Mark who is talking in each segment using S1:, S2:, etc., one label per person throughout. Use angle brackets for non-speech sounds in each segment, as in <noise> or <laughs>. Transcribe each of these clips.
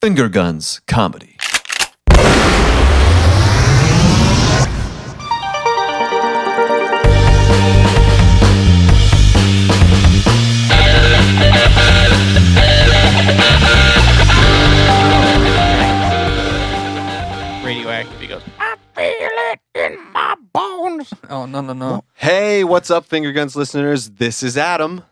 S1: Finger Guns Comedy.
S2: radioactive. He goes, I feel it in my bones. Oh no no no!
S1: Hey, what's up, Finger Guns listeners? This is Adam,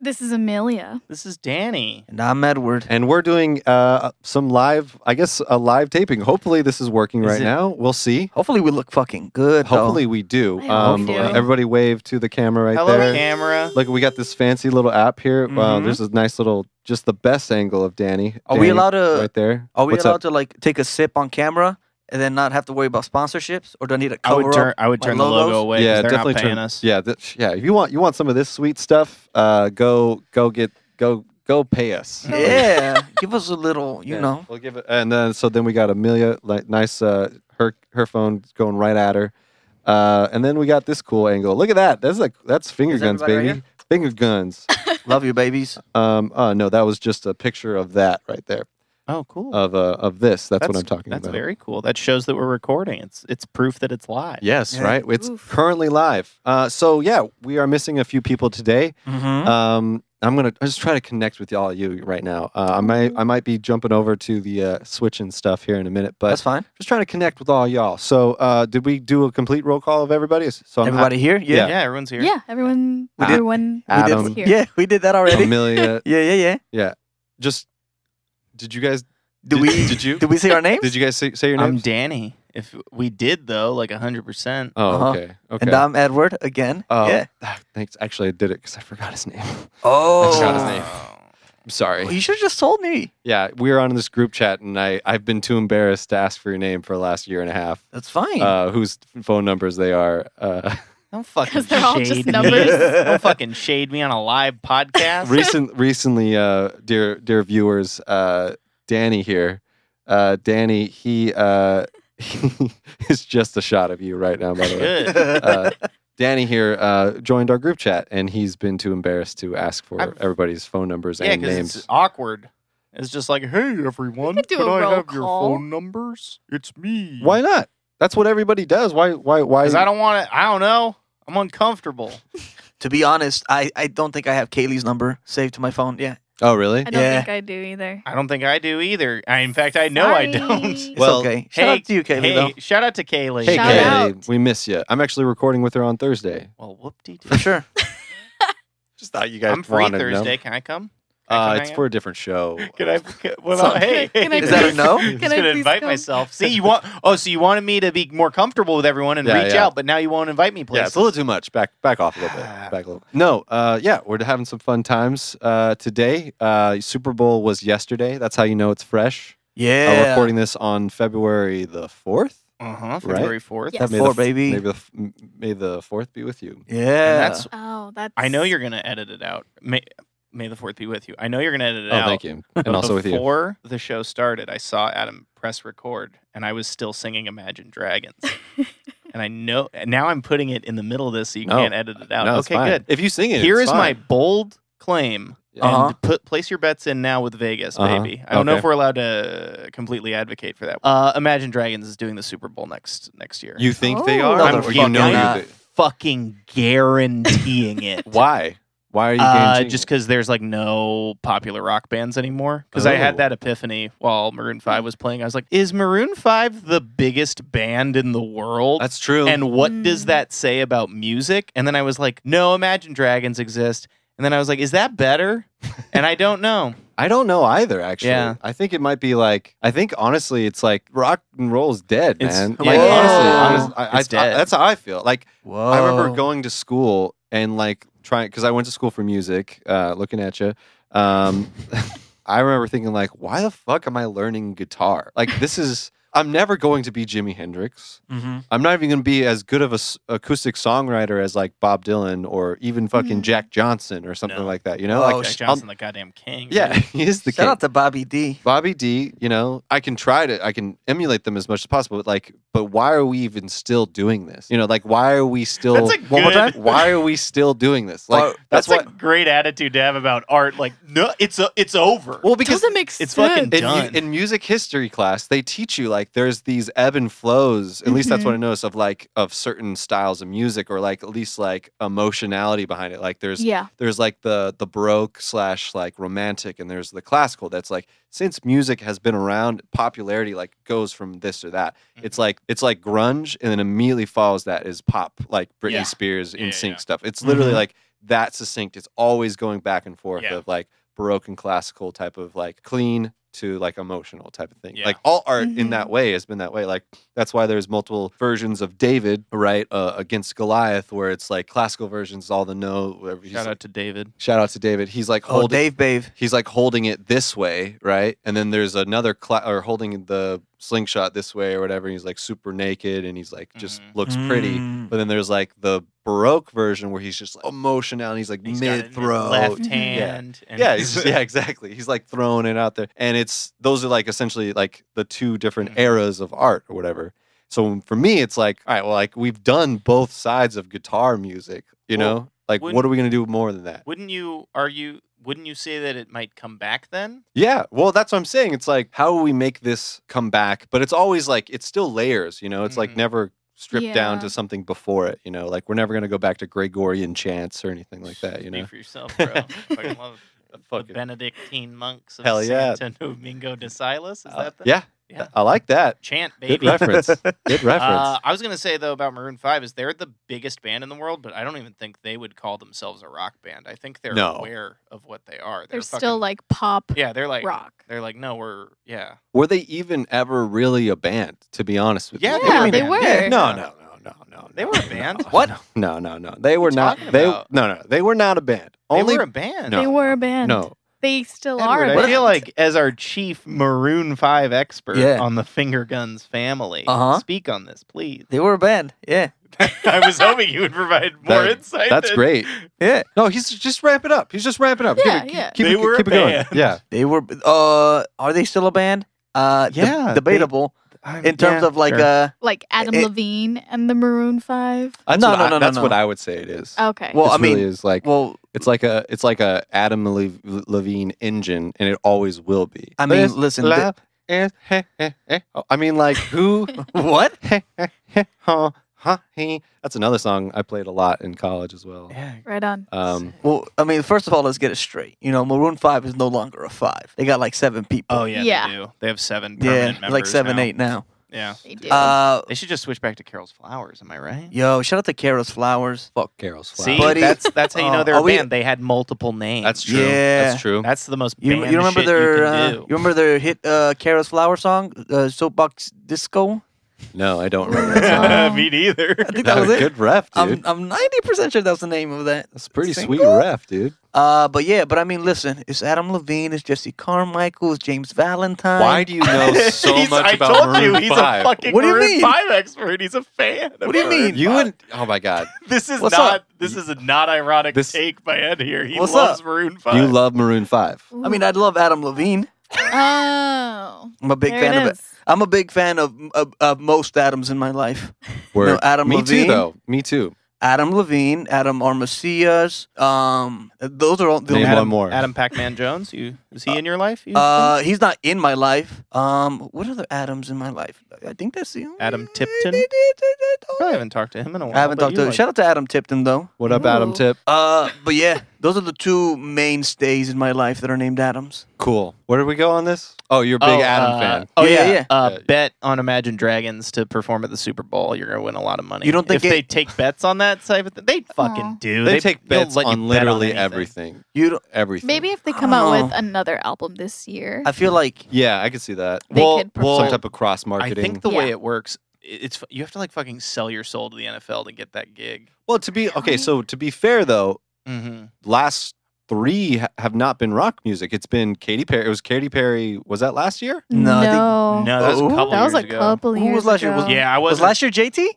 S3: This is Amelia.
S2: This is Danny.
S4: And I'm Edward.
S1: and we're doing uh, some live, I guess, a live taping. Hopefully, this is working
S2: Is
S1: right
S2: it-
S1: now. We'll see.
S4: Hopefully we look fucking good. though.
S1: Hopefully, we do. Um, uh,
S3: I hope we do.
S1: Everybody wave to the camera right
S2: Hello,
S1: there.
S2: camera.
S1: Look, we got this fancy little app here. Wow,
S2: Mhm.
S1: there's a nice little, just the best angle of Danny.
S4: Mm-hmm. Are we
S1: Danny
S4: allowed to-
S1: Right there.
S4: Are we
S1: What's
S4: allowed
S1: up?
S4: to like take a sip on camera and then not have to worry about sponsorships? Or do I need to
S2: I
S4: cover
S2: would turn.
S4: up?
S2: I would
S4: my
S2: turn the logo
S4: logos?
S2: away. 'cause
S1: yeah,
S2: they're
S1: definitely
S2: not paying
S1: turn-
S2: us.
S1: Yeah, th- yeah. If you want, you want some of this sweet stuff. Uh, go, go get, go, go pay us. <laughs>
S4: Yeah, give us a little, you
S1: Yeah,
S4: know.
S1: We'll give it, and then so then we got Amelia, like nice, uh, her her phone's going right at her, uh, and then we got this cool angle. Look at that. That's like that's finger
S4: Is
S1: guns,
S4: everybody
S1: baby.
S4: right
S1: finger guns. <coughs>
S4: Love you, babies.
S1: um, oh no, that was just a picture of that right there
S2: Oh, cool.
S1: of uh, of this. That's, what I'm talking
S2: that's
S1: about.
S2: very cool. That shows that we're recording. It's it's proof that it's live.
S1: Yes,
S4: Yeah.
S1: right. It's
S3: Oof.
S1: currently live. Uh, so yeah, we are missing a few people today.
S4: Mm-hmm.
S1: Um, I'm gonna I just try to connect with all you right now. Uh, I might
S4: Mm-hmm.
S1: I might be jumping over to the uh, switch and stuff here in a minute, but
S4: That's fine.
S1: just trying to connect with all y'all. So, uh, did we do a complete roll call of everybody? So I'm
S4: Everybody here?
S2: Yeah,
S4: Yeah.
S2: everyone's here.
S3: Yeah, everyone.
S1: We did-
S3: everyone
S1: We did-
S3: is here.
S4: Yeah, we did that
S1: Adam,
S4: already.
S1: Amelia.
S4: <laughs> Yeah, yeah, yeah.
S1: Just did you guys?
S4: Did
S1: Did-
S4: we
S1: did you-
S4: did we say our names?
S1: Did you guys say, say your
S2: I'm
S1: name?
S2: Danny. If we did though, like hundred percent.
S1: oh,
S4: Uh-huh.
S1: okay, okay.
S4: And I'm Edward again.
S1: Oh,
S4: yeah.
S1: ah, thanks. Actually, I did it because I forgot his name. <laughs> I'm
S4: Oh,
S1: forgot his name.
S4: Well,
S1: sorry.
S4: you should have just told me.
S1: Yeah, we were on this group chat, and I I've been too embarrassed to ask for your name for the last year and a half.
S4: That's fine.
S1: Uh, <laughs> whose phone numbers they are? Uh,
S2: Don't fucking
S3: <laughs> 'Cause they're all just
S2: shade me.
S3: numbers.
S2: Don't fucking shade me on a live <laughs> podcast.
S1: recent recently uh dear dear viewers uh danny here uh danny he uh <laughs> is just a shot of you right now by the way
S2: Good.
S1: uh, danny here uh joined our group chat and he's been too embarrassed to ask for
S2: I've-
S1: everybody's phone numbers
S2: Yeah,
S1: and names
S2: because it's awkward. It's just like, hey everyone,
S3: could do
S2: can
S3: a
S2: I
S3: roll
S2: have your
S3: call."
S2: phone numbers? It's me.
S1: why not that's what everybody does why why why
S2: Because I don't want to. I don't know. I'm uncomfortable.
S4: <laughs> to be honest, I, I don't think I have Kaylee's number saved to my phone. Yeah.
S1: oh really
S3: I don't
S4: Yeah.
S3: think I do either.
S2: I don't think I do either. I, in fact, I know I don't.
S3: Sorry.
S4: It's
S1: Well,
S4: okay. Shout
S2: hey,
S4: out to you, Kaylee,
S2: hey,
S4: though.
S2: shout out to Kaylee.
S1: hey
S3: Shout
S1: Kaylee,
S3: out.
S1: we miss you i'm actually recording with her on thursday
S2: Well, whoop de
S4: For sure.
S1: just thought you guys
S2: I'm free
S1: wanted to know.
S2: Thursday. Can I come? Can I
S1: uh
S2: come
S1: it's
S2: hang
S1: for a different show
S2: out? Can I? Can, <laughs> well,
S4: Sorry.
S2: hey.
S3: Can I
S4: Is that a no?
S1: Can
S2: I'm just
S3: I
S2: gonna
S3: please
S2: invite
S3: come?
S2: myself. See, you want. Oh, so you wanted me to be more comfortable with everyone and
S1: Yeah,
S2: reach
S1: yeah.
S2: out, but now you won't invite me. Please. Uh-huh,
S1: Yeah, it's a little too much. Back back off
S2: <sighs>
S1: a little bit. Back a little. No, uh, yeah, we're having some fun times uh, today. Uh, Super Bowl was yesterday. That's how you know it's fresh. Uh,
S4: Yeah.
S1: We're recording this on February the fourth.
S2: Uh huh. February fourth.
S3: Yes.
S1: May
S4: Four,
S1: the, f-
S4: baby.
S1: Maybe the f- m- may the fourth be with you.
S4: Yeah.
S2: And that's.
S3: Oh, that's.
S2: I know you're gonna edit it out. May, May the fourth be with you. I know you're gonna edit it
S1: Oh,
S2: out.
S1: thank you, and also with you.
S2: Before <laughs> the show started, I saw Adam press record, and I was still singing "Imagine
S1: <laughs>
S2: Dragons." and I know now I'm putting it in the middle of this, so you
S1: No.
S2: can't edit it out.
S1: Oh. No, it's
S2: okay,
S1: fine.
S2: good.
S1: If you sing it,
S2: Here
S1: it's
S2: is my
S1: fine.
S2: bold claim,
S4: Uh-huh.
S2: and put place your bets in now with Vegas,
S1: Uh-huh.
S2: baby. I don't know
S1: Okay.
S2: if we're allowed to completely advocate for that. Uh, Imagine Dragons is doing the Super Bowl next next year.
S1: You think they
S3: Oh.
S1: are?
S2: I'm
S1: or you
S2: fucking
S1: know
S2: uh,
S1: you
S4: not.
S1: think-
S2: fucking guaranteeing it.
S1: <laughs> Why? Why are you
S2: Uh,
S1: guaranteeing
S2: just
S1: it?
S2: because there's like no popular rock bands anymore. Because I
S1: Oh.
S2: had that epiphany while Maroon 5 was playing. I was like, is Maroon 5 the biggest band in the world?
S1: That's true.
S2: and what does
S3: Mm.
S2: that say about music? And then I was like, no, Imagine Dragons exist. And then I was like, is that better? and I don't know. <laughs>
S1: I don't know either. Actually,
S2: Yeah.
S1: I think it might be like I think honestly, it's like rock and roll's dead,
S2: It's-
S1: man.
S2: yeah,
S1: like
S4: it's-
S1: honestly,
S4: Whoa.
S1: honest- I, I-
S2: It's dead.
S1: that's how I feel. Like
S4: Whoa.
S1: I remember going to school and like trying because I went to school for music. Uh, looking at you, <laughs> um, I remember thinking like, why the fuck am I learning guitar? Like this is. I'm never going to be Jimi Hendrix.
S4: Mm-hmm.
S1: I'm not even going to be as good of a s- acoustic songwriter as like Bob Dylan or even fucking
S3: Mhm.
S1: Jack Johnson or something
S2: No.
S1: like that. You know,
S4: Mm. Oh,
S1: like
S2: Oh, Jack
S4: sh-
S2: Johnson, the goddamn king.
S1: yeah, <laughs>
S2: dude.
S1: he is the
S4: Shout
S1: king.
S4: out to Bobby D.
S1: Bobby D, you know, I can try to, I can emulate them as much as possible, but like, but why are we even still doing this? You know, like, why are we still,
S2: That's a
S4: One more
S2: good-
S4: time?
S1: <laughs> why are we still doing this? Like,
S4: Well,
S1: that's,
S2: That's,
S1: why,
S2: a great attitude to have about art. Like, no, it's a, it's over.
S1: well, because
S3: Because doesn't make sense.
S2: it's fucking
S1: in, mu-
S2: done.
S1: in music history class, they teach you like there's these ebb and flows, at least that's
S4: Mm-hmm.
S1: what I noticed of like, of certain styles of music or like at least like emotionality behind it. Like, there's,
S3: yeah.
S1: there's like the the baroque slash like romantic and there's the classical that's like since music has been around popularity like goes from this or that
S2: Mm-hmm.
S1: it's like it's like grunge and then immediately follows that is pop like britney
S3: Yeah.
S1: spears
S2: Yeah,
S1: in sync
S2: yeah. Mm-hmm.
S1: stuff it's literally
S4: Mhm.
S1: like that succinct it's always going back and forth
S2: Yeah.
S1: of like baroque and classical type of like clean to like emotional type of thing
S2: Yeah.
S1: like all art in
S3: Mhm.
S1: that way has been that way like that's why there's multiple versions of david right uh, against goliath where it's like classical versions all the no whatever he's
S2: Shout out to David.
S1: shout out to David. He's like
S4: Oh,
S1: holding.
S4: Dave Bave.
S1: he's like holding it this way, right? And then there's another cla- or holding the slingshot this way or whatever. And he's like super naked and he's like just
S2: Mhm.
S1: looks pretty.
S4: Mm.
S1: But then there's like the baroque version where he's just like emotional and he's like
S2: He's got it in
S1: mid
S2: his
S1: throw.
S2: left
S3: Mhm.
S2: hand. And <laughs>
S1: Yeah, he's just- yeah, exactly. He's like throwing it out there, and it's those are like essentially like the two different
S2: Mhm.
S1: eras of art or whatever. So for me, it's like, all right, well, like we've done both sides of guitar music, you
S2: Well,
S1: know. Like,
S2: wouldn't-
S1: what are we gonna do more than that?
S2: Wouldn't you argue? Wouldn't you say that it might come back then?
S1: Yeah, well, that's what I'm saying. It's like how we make this come back, but it's always like it's still layers. You know, it's
S2: Mhm.
S1: like never stripped down
S3: Yeah.
S1: to something before it. You know, like we're never gonna go back to Gregorian chants or anything like that. You
S2: Speak
S1: know,
S2: for
S1: <laughs>
S2: yourself, bro. Fucking love the
S1: Fucking-
S2: Benedictine monks of
S1: Hell yeah.
S2: Santo Domingo de Silas. Is
S1: Uh,
S2: that the
S1: yeah,
S2: Yeah.
S1: I like that.
S2: chant,
S1: Good
S2: baby? <laughs>
S1: reference. Good reference.
S2: Uh, I was gonna say though about Maroon Five is they're the biggest band in the world, but I don't even think they would call themselves a rock band. I think they're
S1: No.
S2: aware of what they are. They're,
S3: They're
S2: fucking,
S3: still like pop
S2: yeah, they're like
S3: rock.
S2: They're like no, we're yeah,
S1: Were they even ever really a band? To be honest with
S2: yeah,
S1: you,
S3: Yeah,
S2: a
S3: they
S2: band.
S3: were.
S1: Yeah, no, no, no, no, no.
S2: They
S1: no,
S2: were a
S1: no,
S2: band?
S1: no,
S4: What?
S1: No, no, no. They were
S2: you
S1: not.
S2: talking
S1: They
S2: about?
S1: no, no. They were not a band.
S2: They
S1: Only
S2: were a band.
S1: No.
S3: They were a band.
S1: no.
S3: They still are.
S2: Edward,
S3: a
S2: I
S3: band.
S2: feel like as our chief Maroon Five expert
S4: Yeah.
S2: on the finger guns family,
S4: Uh-huh.
S2: speak on this, please. <laughs>
S4: They were a band. Yeah.
S2: I was hoping you would provide more
S1: That-
S2: insight.
S1: That's
S2: than-
S1: great.
S4: Yeah.
S1: No, he's just ramp it up. He's just ramping up.
S3: Yeah,
S1: keep it,
S3: yeah.
S1: Keep
S2: They
S1: it,
S2: were a
S1: keep it going.
S2: band.
S1: Yeah.
S4: They were uh are they still a band? Uh de-
S2: Yeah, they-
S4: debatable
S2: I'm-
S4: in terms
S2: yeah,
S4: of like
S2: sure.
S4: uh
S3: like Adam
S4: It-
S3: Levine and the Maroon Five.
S1: <laughs> That's
S4: No,
S1: what
S4: no,
S1: I-
S4: no, no,
S1: That's
S4: no.
S1: what I would say it
S2: Oh.
S1: is.
S3: Okay.
S4: Well,
S1: It's
S4: I mean-
S1: really is like
S4: well
S1: it's like a it's like a Adam Le- Levine engine, and it always will be.
S4: I mean, listen, the-
S1: laugh and heh, heh, heh.
S2: Oh,
S1: I mean, like who?
S4: what?
S1: heh, heh, heh, huh, huh, he. That's another song I played a lot in college as well.
S2: Yeah.
S3: right on.
S1: Um,
S4: Well, I mean, first of all, let's get it straight. You know, Maroon Five is no longer a five. They got like seven people.
S2: Oh yeah,
S3: Yeah.
S2: they do. They have seven
S4: yeah,
S2: permanent members.
S4: like seven,
S2: now.
S4: eight now.
S2: Yeah.
S3: they do.
S4: Uh,
S2: They should just switch back to Carol's Flowers. Am I right?
S4: yo, shout out to Carol's Flowers.
S1: fuck Carol's Flower.
S2: See,
S4: Buddy.
S2: that's that's how you know
S4: Oh,
S2: they're
S4: are
S2: a
S4: we-
S2: band. They had multiple names.
S1: that's true.
S4: Yeah.
S1: That's true.
S2: That's the most.
S4: You,
S2: band
S4: you remember
S2: shit
S4: their
S2: You can
S4: uh,
S2: do.
S4: you remember their hit uh, Carol's Flower song, uh, Soapbox Disco?
S1: No, I don't remember. That song.
S2: <laughs>
S3: Oh.
S2: Me neither.
S4: I think that
S1: that
S4: was
S1: was
S4: it.
S1: good ref, dude.
S4: I'm I'm ninety percent sure that was the name of that.
S1: that's a pretty
S4: Single?
S1: sweet ref, dude.
S4: Uh, but yeah, but I mean, listen, it's Adam Levine, it's Jesse Carmichael, it's James Valentine.
S1: Why do you
S2: <laughs>
S1: know so
S2: He's-
S1: much
S2: I
S1: about
S2: told
S1: Maroon
S2: you, he's
S1: Five?
S2: a fucking
S4: What do you
S2: Maroon
S4: mean?
S2: Five expert. He's a fan. of
S4: What do you
S2: Maroon
S4: mean?
S1: you
S2: five.
S1: and oh my god,
S2: <laughs> This is
S4: What's
S2: not.
S4: up?
S2: This is a not ironic
S1: This-
S2: take by Ed here. He
S4: What's
S2: loves
S4: up?
S2: Maroon Five.
S1: you love Maroon Five.
S4: I mean, I love Adam Levine.
S3: oh,
S4: I'm a big
S3: there
S4: fan of it.
S3: is.
S4: I'm a big fan of, of of most Adams in my life.
S1: Word.
S4: No, Adam
S1: Me
S4: Levine.
S1: too, though. Me too.
S4: Adam Levine, Adam Armacias. Um, those are all the
S1: Name
S4: only-
S1: one more.
S2: Adam Pac-Man Jones. You is he in your life? You
S4: Uh, he's not in my life. Um, what other Adams in my life? I think that's the only
S2: Adam Tipton?
S4: I
S2: probably haven't talked to him in a while.
S4: haven't
S2: but
S4: talked
S2: you
S4: to.
S2: like-
S4: Shout out to Adam Tipton though.
S1: what up, Adam
S3: Ooh.
S1: Tip?
S4: Uh, but yeah, those are the two mainstays in my life that are named Adams.
S1: Cool. Where did we go on this? Oh, you're a big
S2: Oh,
S1: Adam
S2: uh,
S1: fan.
S2: Oh
S4: Yeah,
S2: yeah,
S4: yeah.
S2: Uh,
S1: Yeah.
S2: bet on Imagine Dragons to perform at the Super Bowl. You're gonna win a lot of money.
S4: You don't think
S2: if
S4: it-
S2: they take bets on that type of thing? They fucking
S3: Aw.
S2: do.
S1: They, take
S2: they'll
S1: bets
S2: let you
S1: on
S2: bet
S1: literally
S2: anything.
S1: everything.
S4: You, don't,
S1: Everything.
S3: Maybe if they come out with
S4: Oh.
S3: another album this year,
S4: I feel like
S1: Yeah, I could see that.
S3: they
S2: well-
S3: could
S2: well,
S3: perform.
S1: Some type of cross
S2: I
S1: marketing.
S2: think the
S3: Yeah.
S2: way it works, i- it's you have to like fucking sell your soul to the NFL to get that gig.
S1: well, to be okay. So to be fair, though,
S2: Mm-hmm.
S1: last three ha- have not been rock music. It's been Katy Perry. It was Katy Perry. Was that last year?
S4: No, I think-
S3: No.
S2: No, that was a
S4: Oh.
S2: couple
S3: that was
S2: years
S3: a
S2: ago.
S3: couple
S4: Who
S3: years
S4: was last year?
S3: ago.
S4: Was-
S2: Yeah, I
S4: Was
S2: wasn't.
S4: last year JT?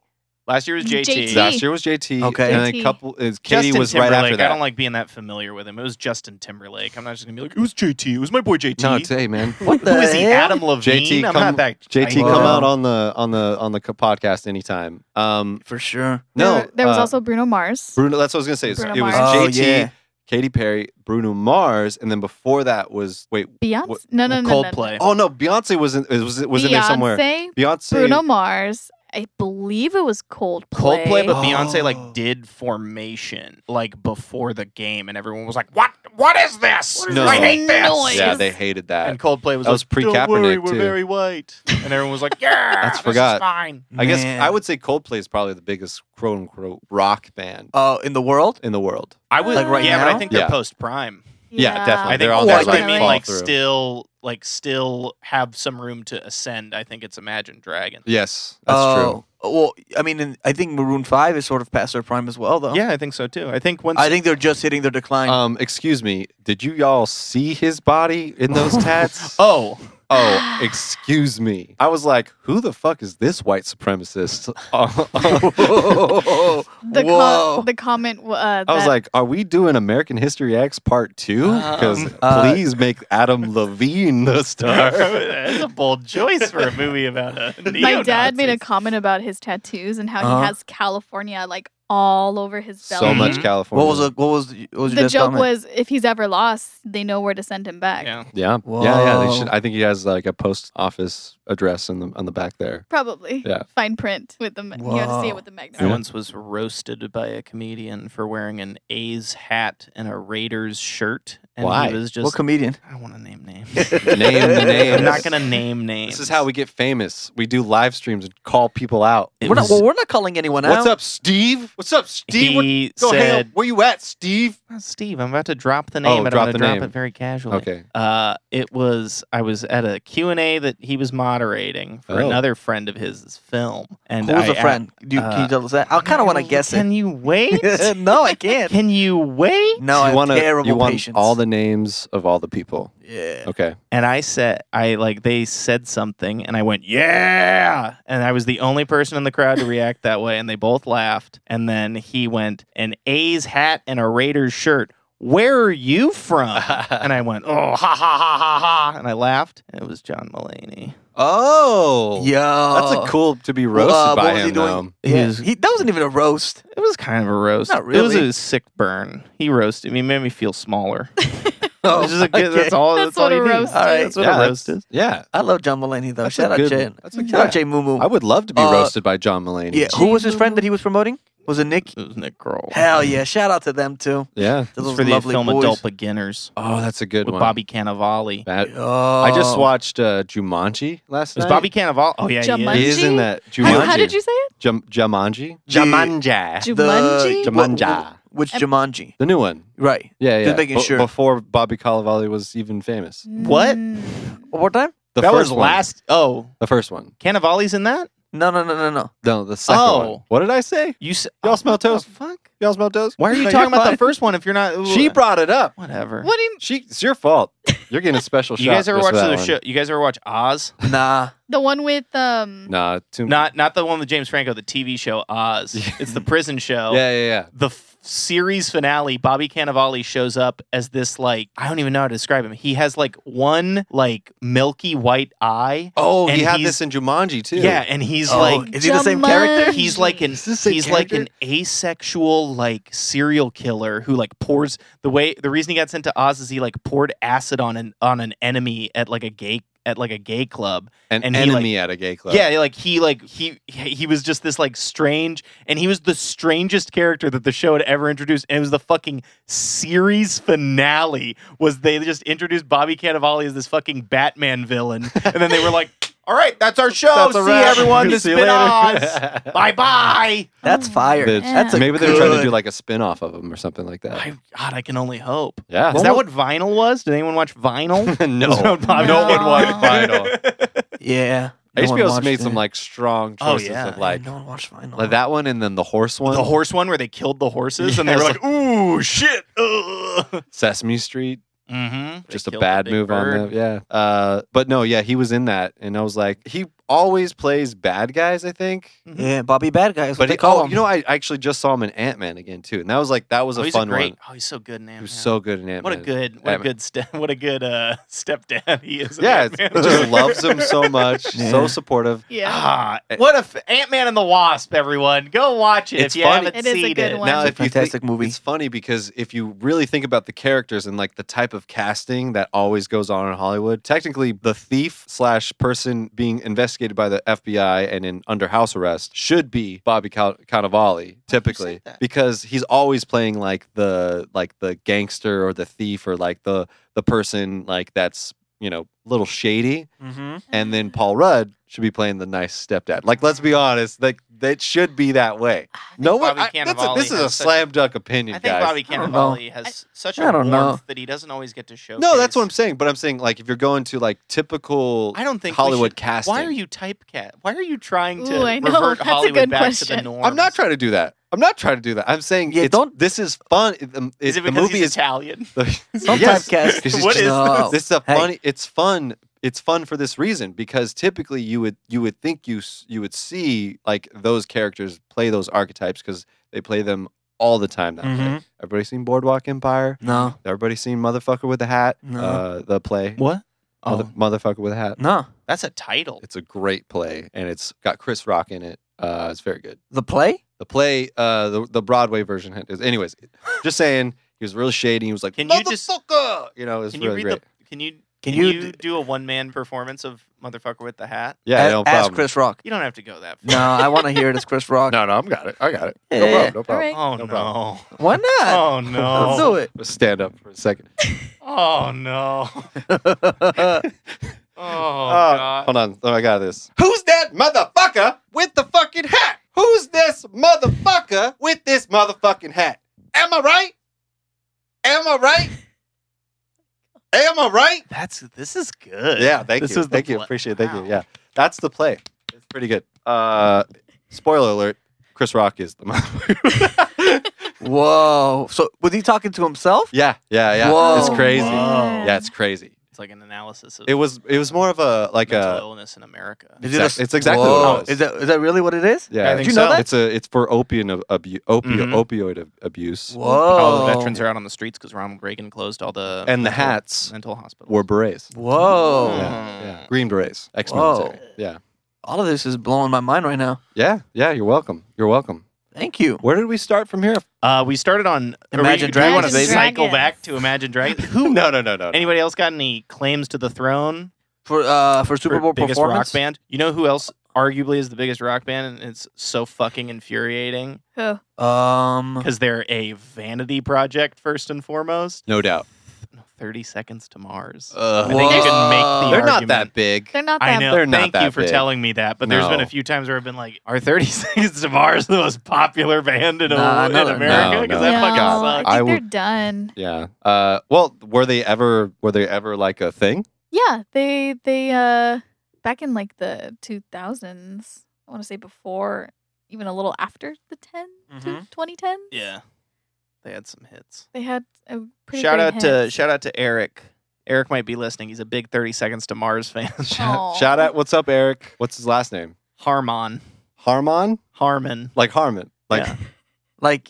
S2: last year was JT.
S3: JT.
S1: Last year was JT.
S4: Okay.
S1: And then a
S3: JT.
S1: couple. Is, Katy
S2: Justin
S1: was
S2: Timberlake.
S1: right after that.
S2: I don't like being that familiar with him. It was Justin Timberlake. I'm not just gonna be like, it was JT. It was my boy JT.
S1: no, it's- hey man.
S4: What
S2: Who is he?
S4: hell?
S2: Adam Levine.
S1: JT,
S2: I'm
S1: come-
S2: not that.
S1: JT,
S4: Wow.
S1: come out on the on the on the co- podcast anytime. Um,
S4: For sure.
S1: no,
S3: There, there was
S1: uh,
S3: also Bruno Mars.
S1: Bruno. That's what I was gonna say. It's-
S3: Bruno
S1: it was
S3: Mars.
S4: Oh,
S1: JT,
S4: yeah.
S1: Katy Perry, Bruno Mars, and then before that was wait.
S3: Beyonce.
S1: what-
S3: no, no, no, no, no.
S2: Coldplay.
S1: Oh no, Beyonce was in it was it was in there somewhere.
S3: Beyonce,
S1: Beyonce,
S3: Bruno Mars. I believe it was Coldplay.
S2: Coldplay, but
S4: Oh.
S2: Beyonce like did formation like before the game, and everyone was like, "What? What is this?
S1: What is
S2: I
S1: this
S2: hate this!"
S3: noise?
S1: Yeah, they hated that.
S2: And Coldplay was
S1: That was
S2: like, "Don't worry,
S1: pre-Kaepernick,
S2: we're
S1: too.
S2: very white," and everyone
S1: <laughs>
S2: was like, "Yeah,
S1: That's
S2: this
S1: forgot.
S2: Is fine.
S1: I guess
S4: Man.
S1: I would say Coldplay is probably the biggest quote unquote rock band
S4: Uh, in the world?
S1: in the world.
S2: I would.
S3: Like right
S2: yeah, but I
S4: now?
S2: think they're
S1: Yeah.
S2: post prime.
S1: Yeah, definitely.
S2: I
S1: They're
S2: think
S1: on
S2: oh,
S1: their,
S2: I
S1: like,
S2: think mean
S1: fall
S2: like
S1: through.
S2: still like still have some room to ascend. I think it's Imagine Dragon.
S1: Yes, that's
S4: Oh,
S1: true.
S4: true. Uh, Well, I mean, in, I think Maroon 5 is sort of past their prime as well, though.
S2: Yeah, I think so too. I think once
S4: I think they're just hitting their decline. <laughs>
S1: Um, excuse me, did you y'all see his body in those tats?
S2: oh
S1: <laughs>
S2: <laughs>
S1: Oh, excuse me. I was like, who the fuck is this white supremacist? <laughs> I
S4: Whoa.
S3: The, com- the comment. w- Uh,
S1: was
S3: that-
S1: like, are we doing American History X part two? Because
S4: Um, uh,
S1: please make Adam Levine the
S2: <laughs>
S1: star.
S2: that's a bold choice for a movie about a
S3: <laughs> my dad made a
S2: neo-Nazis.
S3: comment about his tattoos and how
S4: Uh-huh.
S3: he has California like all over his belly.
S1: so much
S2: Mhm.
S1: California.
S4: what was the, what was the, what was your
S3: The
S4: dad's
S3: joke
S4: comment?
S3: was if he's ever lost, they know where to send him back.
S2: Yeah.
S1: Yeah, yeah, yeah. They should.
S4: Whoa.
S1: I think he has like a post office address in the on the back there.
S3: Probably.
S1: Yeah.
S3: Fine print with the. ma- You have to see
S4: Whoa.
S3: it with the
S2: I
S3: magnum.
S2: once was roasted by a comedian for wearing an A's hat and a Raiders shirt, and
S1: Why?
S2: he was just
S4: what comedian?
S2: I don't want to name names.
S1: <laughs> Name the name.
S2: <laughs> I'm not gonna name names.
S1: This is how we get famous. We do live streams and call people out.
S2: It
S4: We're not,
S2: was-
S4: well, we're not calling anyone out.
S1: What's up, Steve? What's up, Steve? What-
S2: he
S1: Go hang out-
S2: said,
S1: Where you at, Steve?
S2: "Oh, "Steve, I'm about to drop the name.
S1: Oh,
S2: and
S1: drop
S2: I'm
S1: the
S2: going to drop
S1: name.
S2: it very casually."
S1: Okay.
S2: Uh, it was I was at a Q and A that he was moderating for
S1: Oh.
S2: another friend of his's film, and
S4: Who's
S2: I
S4: a friend? Do you, can
S2: uh,
S4: you tell us that? I kind of want to guess
S2: Can
S4: <laughs> it.
S2: you wait?
S4: no, I can't.
S2: Can you wait?
S4: No, I
S1: you
S4: have
S1: wanna-
S4: terrible
S1: you want
S4: patience.
S1: all the names of all the people.
S4: yeah.
S1: Okay.
S2: And I said, I like, they said something, and I went, yeah. And I was the only person in the crowd to react that way, and they both laughed. And then he went, an A's hat and a Raiders shirt. Where are you from? and I went, oh, ha, ha, ha, ha, ha. And I laughed. And it was John Mullaney.
S1: Oh.
S4: Yo,
S1: That's a cool to be
S4: Well,
S1: roasted
S4: uh,
S1: by
S4: what was
S1: him.
S4: he doing?
S1: though.
S2: He
S4: Yeah.
S2: was-
S4: He, that wasn't even a
S1: <laughs>
S4: roast.
S2: It was kind of a roast.
S4: Not
S2: It was
S4: really.
S2: a sick burn. He roasted me, made me feel smaller.
S4: Oh,
S2: Which is a good,
S4: okay.
S2: That's all. That's,
S3: That's
S2: all
S3: what
S2: you
S3: a
S2: need. Uh,
S3: roast
S4: All right.
S2: That's what
S1: Yeah,
S2: a
S1: that's-
S2: roast is.
S1: Yeah.
S4: I love John Mulaney though.
S1: That's
S4: Uh, Shout
S1: a
S4: out
S1: good.
S4: Jay.
S1: That's a
S4: Shout out
S1: good.
S4: Jay Moo Moo.
S1: I would love to be
S4: Uh,
S1: roasted by John Mulaney.
S4: Yeah. Who was his friend that he was promoting? Was it Nick?
S2: It was Nick Kroll.
S4: Hell yeah! Shout out to them too.
S1: Yeah.
S4: To
S2: It was
S4: those
S2: for the
S4: lovely
S2: film
S4: boys.
S2: Adult Beginners
S1: Oh, that's a good
S2: with
S1: one.
S2: Bobby Cannavale.
S1: That-
S4: Oh.
S1: I just watched uh, Jumanji last
S2: Is
S1: night.
S2: Bobby Cannavale? Oh yeah,
S3: Jumanji?
S1: He
S2: he is.
S1: is in that
S3: How,
S1: Jumanji.
S3: how did you say it?
S1: Jum- Jumanji?
S4: The-
S1: Jumanji.
S3: Ju-
S4: the-
S3: Jumanji?
S4: what-
S1: Jumanja.
S4: Which
S3: Em-
S4: Jumanji?
S1: The new one.
S4: Right.
S1: Yeah, yeah.
S4: Just making
S1: Be-
S4: sure.
S1: Before Bobby Cannavale was even famous.
S2: What?
S3: Mm.
S4: One more time?
S1: The
S2: that
S1: first
S2: was
S1: one.
S2: last. Oh,
S1: The first one.
S2: Cannavale's in that.
S4: No, no, no, no, no.
S1: No, the second
S2: Oh.
S1: one. What did I say?
S2: You s-
S1: Y'all
S2: oh,
S1: smell
S2: what the
S1: toast?
S2: fuck?
S1: Y'all smell toast?
S2: Why are you
S1: <laughs> No,
S2: talking
S1: you're
S2: about the
S1: fine.
S2: first one if you're not?
S1: She brought it up.
S2: whatever.
S3: What do you,
S1: She, it's your fault. You're getting a special shot.
S2: <laughs> You guys ever
S1: just
S2: watch
S1: for
S2: the
S1: that one.
S2: show? You guys ever watch Oz?
S4: Nah.
S3: the one with um?
S1: Nah, too
S2: Not not the one with James Franco. The TV show Oz. it's the prison show.
S1: Yeah, yeah, yeah.
S2: the f- series finale, Bobby Cannavale shows up as this like I don't even know how to describe him. He has like one like milky white eye.
S1: Oh, he
S2: And
S1: had
S2: he's-
S1: this in Jumanji too.
S2: Yeah, and he's
S4: Oh,
S2: like
S4: is he the same character?
S2: he's like an
S1: Is this the same
S2: he's like an
S1: character?
S2: asexual like serial killer who like pours the way the reason he got sent to Oz is he like poured acid on an on an enemy at like a gay at like a gay club
S1: An
S2: and he,
S1: enemy at a gay club.
S2: yeah, like he like he he was just this like strange and he was the strangest character that the show had ever introduced and it was the fucking series finale was they just introduced Bobby Cannavale as this fucking Batman villain and then they were like <laughs> all right, that's our show.
S1: That's a
S2: See
S1: wrap.
S2: everyone. <laughs> This
S1: See
S2: has
S1: you
S2: been Oz.
S1: later. <laughs>
S2: Bye bye.
S4: That's
S3: Oh,
S4: fire.
S1: Bitch.
S4: That's a
S1: Maybe they were trying to
S4: good-
S1: do like a spin off of him or something like that.
S2: I, God, I can only hope.
S1: Yeah.
S2: Is that what vinyl was? Did anyone watch vinyl? <laughs> That's
S1: <laughs> no.
S2: what Bobby-
S3: No one watched
S2: <laughs>
S1: Vinyl.
S4: Yeah. No one
S1: HBO's
S4: watched
S1: made
S4: it.
S1: some like strong
S2: Oh,
S1: choices
S2: yeah.
S1: of like,
S4: no one watched Vinyl.
S1: like that one and then the horse one.
S2: the horse one where they killed the horses and they
S1: Yes.
S2: were like, "Ooh, shit!" Ugh.
S1: Sesame Street,
S2: mm-hmm.
S1: just a bad move on them. Yeah. Uh, but no, yeah, he was in that, and I was like, he always plays bad guys. I think.
S4: Yeah, Bobby Bad Guy is what
S1: But
S4: they
S1: he,
S4: call
S1: oh,
S4: him.
S1: you know, I actually just saw him in Ant Man again too, and that was like that was
S2: oh,
S1: a
S2: he's
S1: fun
S2: a great.
S1: one.
S2: Oh, he's so good in Ant-Man.
S1: He was so good in Ant Man.
S2: What a good, what a
S1: Ant-Man.
S2: good step, <laughs> what a good uh, stepdad he is. in
S1: Yeah,
S2: Ant-Man.
S1: it's- <laughs> just
S2: <laughs>
S1: loves him so much,
S4: Yeah.
S1: so supportive.
S3: Yeah.
S2: Ah, what if Ant Man and the Wasp? Everyone, go watch it
S1: It's
S2: if you
S1: funny.
S2: haven't
S3: It is a
S2: seen
S3: good
S2: it.
S3: one.
S1: Now,
S4: It's a
S1: if you think-
S4: fantastic movie.
S1: It's funny because if you really think about the characters and like the type of casting that always goes on in Hollywood, technically the thief slash person being investigated by the FBI and in under house arrest should be Bobby Cal- Cannavale, typically,
S2: that?
S1: because he's always playing like the like the gangster or the thief or like the the person like that's you know a little shady
S4: mm-hmm.
S1: and then Paul Rudd should be playing the nice stepdad. Like, let's be honest, like that should be that way. No one.
S2: Bobby
S1: I- that's a-
S2: Cannavale
S1: this is a
S2: has such-
S1: slam dunk opinion,
S2: I think
S1: guys.
S2: Bobby
S4: I don't
S2: Cannavale has such a
S4: I don't
S2: warmth
S4: know.
S2: that he doesn't always get to show.
S1: no, that's what I'm saying. But I'm saying, like, if you're going to like typical
S2: I don't think we
S1: Hollywood
S2: should-
S1: casting,
S2: Why are you typecat? Why are you trying to
S3: Ooh, I know.
S2: revert
S3: That's a
S2: Hollywood
S3: good
S2: back to the
S3: question.
S2: norm?
S1: I'm not trying to do that. I'm not trying to do that. I'm saying,
S4: Yeah,
S1: it's,
S4: don't-
S1: This is fun. It- um, it-
S2: Is it
S1: the
S2: because
S1: movie
S2: he's
S1: is.
S2: Italian? <laughs>
S1: <laughs> The,
S4: Don't
S1: Yes. <laughs>
S4: typecast.
S1: This is
S2: What just- is
S4: no.
S1: this is a
S4: Hey.
S1: funny. It's fun. It's fun for this reason because typically you would you would think you s- you would see like those characters play those archetypes because they play them all the time. That way.
S2: Mm-hmm.
S4: Mhm.
S1: Everybody seen Boardwalk Empire?
S4: No,
S1: Everybody seen Motherfucker with a Hat?
S4: No.
S1: Uh, the play.
S2: What?
S1: Mother-
S2: Oh,
S1: Motherfucker with a Hat.
S4: no.
S2: that's a title.
S1: It's a great play, and it's got Chris Rock in it. Uh, it's very good.
S4: The play?
S1: The play, uh, the, the Broadway version. had- Is, anyways, just saying, he was real shady. He was like,
S2: Can you just-
S1: "Motherfucker!" You know, it was
S2: Can you
S1: really
S2: read
S1: great.
S2: the? Can you?
S4: Can,
S2: Can you,
S4: d-
S2: do a one man performance of Motherfucker with the Hat?
S1: yeah,
S4: a-
S1: no
S4: ask
S1: problem.
S4: Chris Rock?
S2: You don't have to go that far.
S4: No, I want to hear it as
S1: <laughs>
S4: Chris Rock.
S1: No, no, I'm got it. I got it. No
S4: Yeah.
S1: problem. No
S3: All
S1: problem.
S3: right.
S2: Oh
S1: No
S2: no.
S1: problem.
S4: Why not?
S2: Oh
S4: Let's do
S2: no.
S4: it.
S1: Let's stand up for a <laughs> second.
S2: Oh no. Oh
S1: Uh,
S2: god.
S1: hold on. Oh, I got this. Who's that motherfucker with the fucking hat? Who's this motherfucker with this motherfucking hat? Am I right? Am I right? Am I right?
S2: That's this is good.
S1: Yeah, thank
S2: This
S1: you.
S2: is the
S1: Thank you.
S2: pla-
S1: Appreciate it. Thank
S2: Wow.
S1: you. Yeah. That's the play. It's pretty good. Uh spoiler alert. Chris Rock is the <laughs> motherfucker.
S4: Whoa. So was he talking to himself?
S1: yeah, yeah, yeah.
S4: Whoa.
S1: It's crazy.
S2: Whoa.
S1: Yeah, it's crazy.
S2: It's like an analysis of
S1: It was it was more of a like
S2: mental
S1: a
S2: illness in America.
S4: Is it a
S1: Exact-
S4: s-
S1: it's exactly what it
S4: Whoa.
S1: was.
S4: Is that is that really what it is?
S1: yeah,
S2: I think
S4: Did you know
S2: so.
S4: that?
S1: It's a it's for opium abu- opi-
S2: Mhm.
S1: opioid ab- abuse.
S4: Whoa.
S2: All the veterans are out on the streets because Ronald Reagan closed all the
S1: And the
S2: mental-
S1: hats
S2: mental hospitals.
S1: were berets.
S4: Whoa.
S2: Hmm.
S1: Yeah, yeah. Green berets, ex-military.
S4: Whoa.
S1: Yeah,
S4: All of this is blowing my mind right now.
S1: yeah, yeah. You're welcome. You're welcome.
S4: Thank you.
S1: Where did we start from here? <laughs>
S2: Uh, we started on or
S4: Imagine
S2: we- do we want to
S3: Dragons, baby.
S2: cycle
S3: Dragons.
S2: back to Imagine
S1: <laughs>
S2: Dragons. Who?
S1: no, no, no, no. no.
S2: Anybody else got any claims to the throne
S4: For uh for Super
S2: for
S4: Bowl
S2: biggest
S4: performance.
S2: rock band? You know who else arguably is the biggest rock band, and it's so fucking infuriating
S3: Oh.
S4: Um
S2: because they're a vanity project first and foremost.
S1: No doubt.
S2: Thirty Seconds to Mars.
S1: Uh,
S2: I think you can make the
S4: Whoa.
S1: They're not
S2: argument.
S1: that big.
S3: They're not that
S2: I know.
S1: They're not
S2: Thank you
S1: that
S2: for
S1: big.
S2: telling me that. But there's been
S1: No.
S2: a few times where I've been like, "Are 30 <laughs> Seconds to Mars the most popular band in, a-
S4: Nah,
S2: in
S4: no, no,
S2: America?"
S1: no.
S2: Because that
S3: no,
S2: fucking
S1: God,
S3: I
S2: sucks.
S3: think
S1: I
S3: they're
S1: would-
S3: done.
S1: Yeah. Uh, well, were they ever were they ever like a thing?
S3: Yeah, they they uh back in like the 2000s. I want to say before, even a little after the 10 to 2010.
S2: Yeah, they had some hits.
S3: They had a pretty
S2: shout
S3: great
S2: out to
S3: hits.
S2: shout out to Eric. Eric might be listening. He's a big 30 Seconds to Mars fan. <laughs>
S3: Aw.
S1: Shout out. What's up, Eric? What's his last name?
S2: Harmon,
S1: Harmon?
S2: Harmon.
S1: Like Harmon? Like
S2: Yeah.
S4: like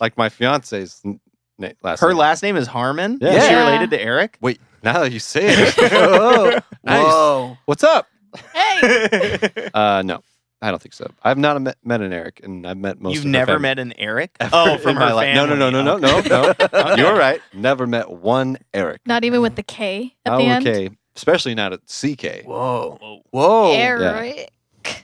S2: <laughs>
S1: like my fiance's n- na- last.
S2: Her
S1: name.
S2: last name is Harmon.
S1: Yeah.
S2: Is she
S3: Yeah.
S2: related to Eric?
S1: Wait. Now that you say
S4: <laughs>
S1: it,
S4: <laughs> Whoa.
S1: Nice.
S4: Whoa.
S1: what's up?
S3: <laughs> Hey,
S1: <laughs> Uh, no, I don't think so. I've not met, met an Eric, and I've met most.
S2: You've
S1: of her
S2: never
S1: family. <laughs>
S2: met an Eric?
S1: Ever
S2: Oh,
S1: in
S2: from
S1: my
S2: her
S1: life.
S2: family.
S1: No, no, no, no, no, no, no.
S2: <laughs>
S1: You're right. Never met one Eric.
S3: not even with the K at the end.
S1: okay, especially not at CK.
S4: Whoa.
S2: Whoa.
S4: Whoa.
S3: Eric.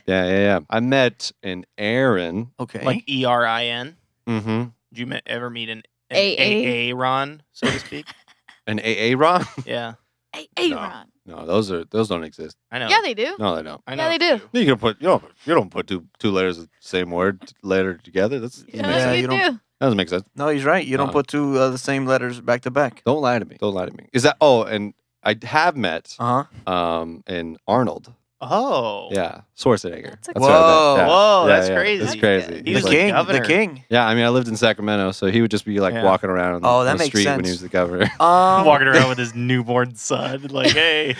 S1: Yeah, yeah, yeah. I met an Aaron.
S4: Okay.
S2: Like E R I N.
S1: Mm-hmm.
S2: Did you me- ever meet an, an
S3: AA?
S2: AA Ron, so to speak?
S1: An AA Ron? <laughs>
S2: yeah,
S3: Hey, Aaron.
S1: No, those are those don't exist.
S2: I know.
S3: Yeah, they do.
S1: No, they don't.
S2: I
S3: yeah,
S2: know.
S3: they
S2: a
S3: do.
S2: few.
S1: You can put you don't you don't put two two letters of the same word t- letter together. That's, doesn't,
S3: Yeah,
S1: make sense.
S4: you
S3: you
S4: don't-
S3: do.
S1: doesn't make sense.
S4: No, he's right. You don't
S1: Uh-huh.
S4: put two uh, the same letters back to back.
S1: Don't lie to me. Don't lie to me. Is that oh and I have met
S4: Uh huh.
S1: um an Arnold.
S2: Oh. <laughs>
S1: Yeah, Schwarzenegger.
S3: That's a-
S1: how
S4: Whoa,
S1: yeah,
S2: whoa,
S1: yeah,
S2: that's
S1: yeah,
S2: crazy.
S1: It's crazy.
S2: He
S1: It's
S2: was
S4: the
S1: like-
S4: king,
S2: governor.
S4: the king.
S1: yeah, I mean, I lived in Sacramento, so he would just be like
S2: Yeah.
S1: walking around
S4: Oh, that
S1: on the
S4: makes
S1: street when
S4: sense.
S1: he was the governor. <laughs>
S4: Um,
S2: Walking around with his newborn son, like, hey,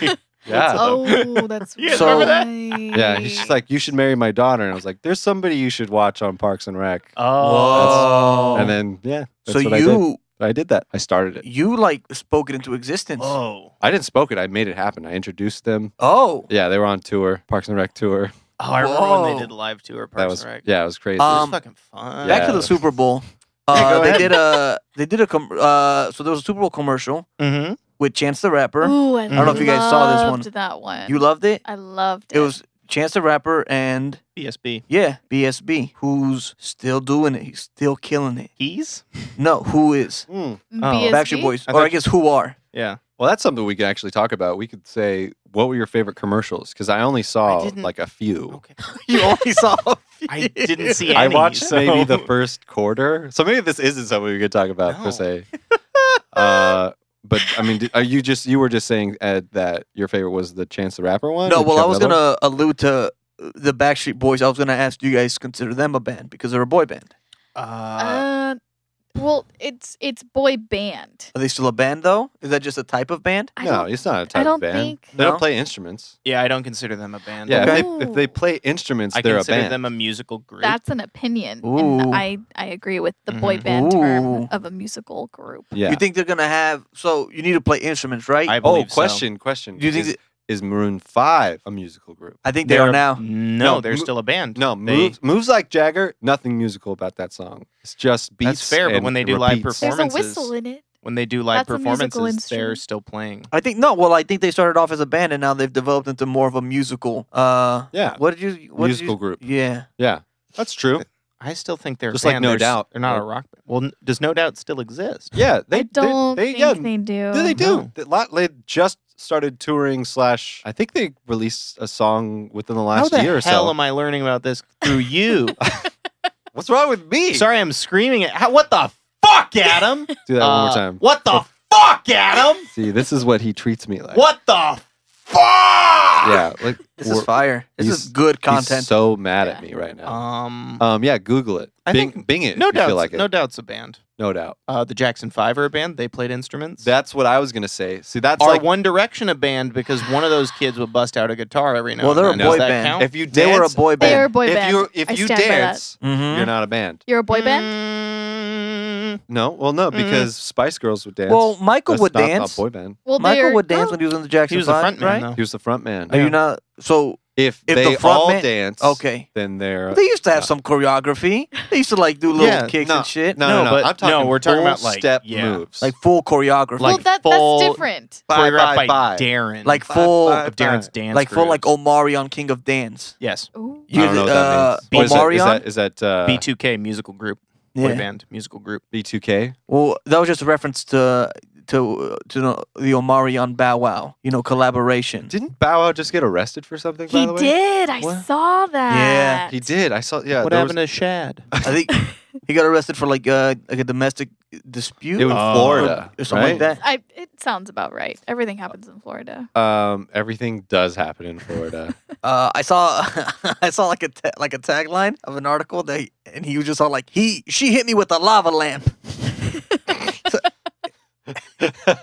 S1: yeah.
S3: Oh, that's
S2: You
S4: guys
S3: right.
S4: remember
S2: that?
S1: Yeah, he's just like, you should marry my daughter. And I was like, there's somebody you should watch on Parks and Rec.
S2: oh,
S4: whoa.
S1: And then, yeah,
S4: so
S1: that's what I did.
S4: you
S1: I did that. I started it.
S4: you like spoke it into existence.
S2: whoa,
S1: I didn't spoke it. I made it happen. I introduced them.
S4: Oh.
S1: Yeah, they were on tour, Parks and Rec tour.
S2: oh, I remember when
S4: Whoa.
S2: they did live tour Parks
S1: That was,
S2: and Rec.
S1: yeah, it was crazy.
S2: it was
S4: Um,
S2: fucking fun.
S1: Yeah.
S4: Back to the Super Bowl.
S2: Yeah,
S4: Uh,
S2: go
S4: they
S2: ahead.
S4: did a they did a com- uh, so there was a Super Bowl commercial
S2: Mm-hmm.
S4: with Chance the Rapper.
S3: Ooh, I,
S2: I don't know
S4: if you guys saw this
S3: loved
S4: one.
S3: That one.
S4: You loved it.
S3: I loved it.
S4: It was Chance the Rapper and
S2: BSB.
S4: yeah BSB, who's still doing it. He's still killing it.
S2: He's?
S4: No, who is
S1: Mm.
S3: BSB?
S4: Backstreet Boys,
S2: I
S4: or I
S2: thought-
S4: guess who are?
S2: Yeah.
S1: Well, that's something we could actually talk about. We could say, what were your favorite commercials? Because I only saw
S2: I didn't-
S1: like a few.
S2: Okay.
S4: You only saw. a few.
S2: <laughs> I didn't see any.
S1: I watched
S2: so-
S1: maybe the first quarter. So maybe this isn't something we could talk about per
S2: No.
S1: se. Uh, but I mean, did- are you just you were just saying Ed, that your favorite was the Chance the Rapper one?
S4: No,
S1: and
S4: well, I
S1: Chuck
S4: was
S1: Miller?
S4: gonna allude to uh, the Backstreet Boys. I was gonna ask, do you guys consider them a band because they're a boy band?
S2: Uh,
S3: Uh, well, it's it's boy band.
S4: Are they still a band though? Is that just a type of band?
S3: I
S1: no,
S3: don't-
S1: it's not a type
S3: I
S1: of
S3: don't
S1: band.
S3: think-
S1: They
S4: No?
S1: don't play instruments.
S2: yeah, I don't consider them a band.
S1: Yeah,
S4: Okay.
S1: if, they, if they play instruments,
S2: I
S1: they're a
S2: consider
S1: band.
S2: them a musical group.
S3: that's an opinion,
S4: Ooh.
S3: and I I agree with the boy
S2: Mhm.
S3: band
S4: Ooh.
S3: term of a musical group.
S1: yeah.
S4: You think they're gonna have? So you need to play instruments, right?
S2: I
S1: oh,
S2: believe so.
S1: question, question.
S4: Do you think?
S1: is,
S4: that-
S1: is Maroon Five a musical group?
S4: I think they
S2: They're-
S4: are now.
S2: No,
S1: Oh, No,
S2: they're
S1: mo-
S2: still a band.
S1: No,
S2: They-
S1: moves, moves like Jagger. Nothing musical about that song. It's just beats.
S2: That's fair, but
S1: and
S2: when they do live
S1: repeats.
S3: There's a
S2: Performances.
S3: whistle in it.
S2: when they do live
S3: That's a musical
S2: performances, they're
S3: instrument.
S2: still playing.
S4: I think no. Well, I think they started off as a band and now they've developed into more of a musical. Uh,
S1: Yeah.
S4: What did you? What
S1: Musical
S4: did you,
S1: group.
S4: Yeah.
S1: Yeah, that's true.
S2: I still think they're a
S1: Just like
S2: band.
S1: No
S2: They're s-
S1: Doubt.
S2: They're not a rock band. Well, n- does No Doubt still exist?
S1: Yeah, they
S3: I don't
S1: they,
S3: think
S1: they, yeah,
S3: they do.
S1: Do they do?
S2: No.
S1: They, lot- they just started touring. Slash, I think they released a song within the last
S2: How the
S1: year or
S2: hell
S1: so.
S2: am I learning about this
S1: <laughs>
S2: through you?
S1: What's wrong with me?
S2: Sorry, I'm screaming at. How, what the fuck,
S1: <laughs>
S2: Adam?
S1: Do that one
S2: Uh,
S1: more time.
S2: What the fuck, Adam?
S1: See, this is what he treats me <laughs> like.
S2: What the fuck?
S1: Yeah, like
S4: This
S1: we're-
S4: is fire. This
S1: he's-
S4: is good
S1: He's
S4: content.
S1: so mad at
S3: Yeah.
S1: me right now.
S2: Um.
S1: Um, yeah, Google it.
S2: I
S1: Bing,
S2: think-
S1: Bing it.
S2: no
S1: if you
S2: doubts.
S1: feel like it.
S2: no doubts. A band.
S1: No doubt.
S2: Uh, the Jackson Five are a band. They played instruments.
S1: That's what I was gonna say. See, that's
S2: are
S1: like
S2: One Direction a band because one of those kids would bust out a guitar every now.
S4: Well,
S2: and
S4: they're a
S2: then. Does
S1: boy
S2: that
S4: band.
S2: count?
S1: if you dance,
S4: they were a boy
S3: They
S4: band.
S3: are a boy
S1: if
S3: band.
S1: you if
S3: I
S1: you
S3: stand by that.
S1: dance,
S4: Mhm.
S1: you're not a band.
S3: You're a boy band.
S2: Mm,
S1: No, well, no,
S2: Mhm.
S1: because Spice Girls would dance.
S4: Well, Michael
S1: That's
S4: would
S1: not a
S4: dance.
S1: boy band.
S3: Well,
S4: Michael
S3: they're- oh,
S4: would dance when he was in the Jackson
S2: he was the
S4: Five,
S2: front man,
S4: right?
S1: He was the front man.
S4: Are you not? So
S1: if,
S4: If
S1: they
S4: the front
S1: all
S4: man-
S1: dance,
S4: okay.
S1: then they're
S4: They used to have
S1: Yeah.
S4: some choreography. They used to like do little
S1: Yeah,
S4: kicks and shit,
S1: no,
S2: No,
S1: no, no.
S2: but-
S1: I'm talking.
S2: no, we're talking
S1: full
S2: about, like,
S1: step
S2: yeah.
S1: moves,
S4: like full choreography,
S3: well,
S2: like
S3: that,
S2: full-
S3: that's different.
S1: Bye,
S2: choreographed by
S1: bye, bye.
S2: Darren.
S4: like
S1: Bye,
S4: full,
S1: bye,
S2: of Darren's dance.
S4: like full, like
S2: groups.
S4: Omari on King of Dance.
S2: yes.
S3: Ooh.
S1: I don't know what that
S4: uh,
S1: means. What is
S4: Omarion?
S1: that? Is that, is that uh,
S2: B2K musical group, boy band musical group.
S1: B2K?
S4: Well, that was just a reference to to to the- the Omari on Bow Wow, you know, collaboration.
S1: Didn't Bow Wow just get arrested for something? by
S3: He
S1: the way,
S3: did. I
S4: What?
S3: saw that.
S1: He did. I saw. Yeah,
S2: what
S1: there
S2: happened to Shad?
S4: I
S1: <laughs>
S4: think he got arrested for like uh, like a domestic dispute
S1: Was, it was in
S2: Oh.
S1: Florida
S4: or something
S1: right?
S4: like that.
S3: I, it sounds about right. Everything happens in Florida.
S1: Um, everything does happen
S4: <laughs>
S1: in Florida. <laughs>
S4: Uh, I saw <laughs> I saw like a ta- like a tagline of an article that he- and he was just all like he she hit me with a lava lamp. <laughs>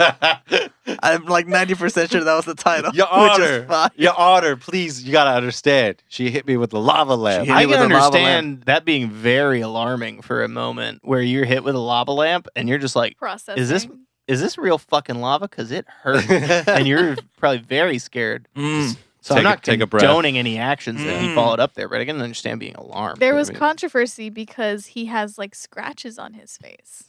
S4: I'm like 90% sure that was the title.
S1: Your
S4: <laughs> which is
S1: Honor,
S4: fine.
S1: Your Honor, please, you gotta understand. She hit me with the lava lamp.
S4: She hit
S2: I
S4: me with
S2: can
S4: a lava
S2: understand that being very alarming for a moment where you're hit with a lava lamp and you're just like,
S3: Processing.
S2: is this real fucking lava? Because it
S4: <laughs>
S2: hurts.
S1: <laughs>
S2: and you're probably very scared.
S4: Mm.
S2: So
S1: Take
S2: I'm
S1: a-
S2: not
S1: take a breath.
S2: condoning any actions that he
S4: Mm.
S2: followed up there, but I can understand being alarmed.
S3: There was
S1: mean-
S3: controversy because he has like scratches on his face,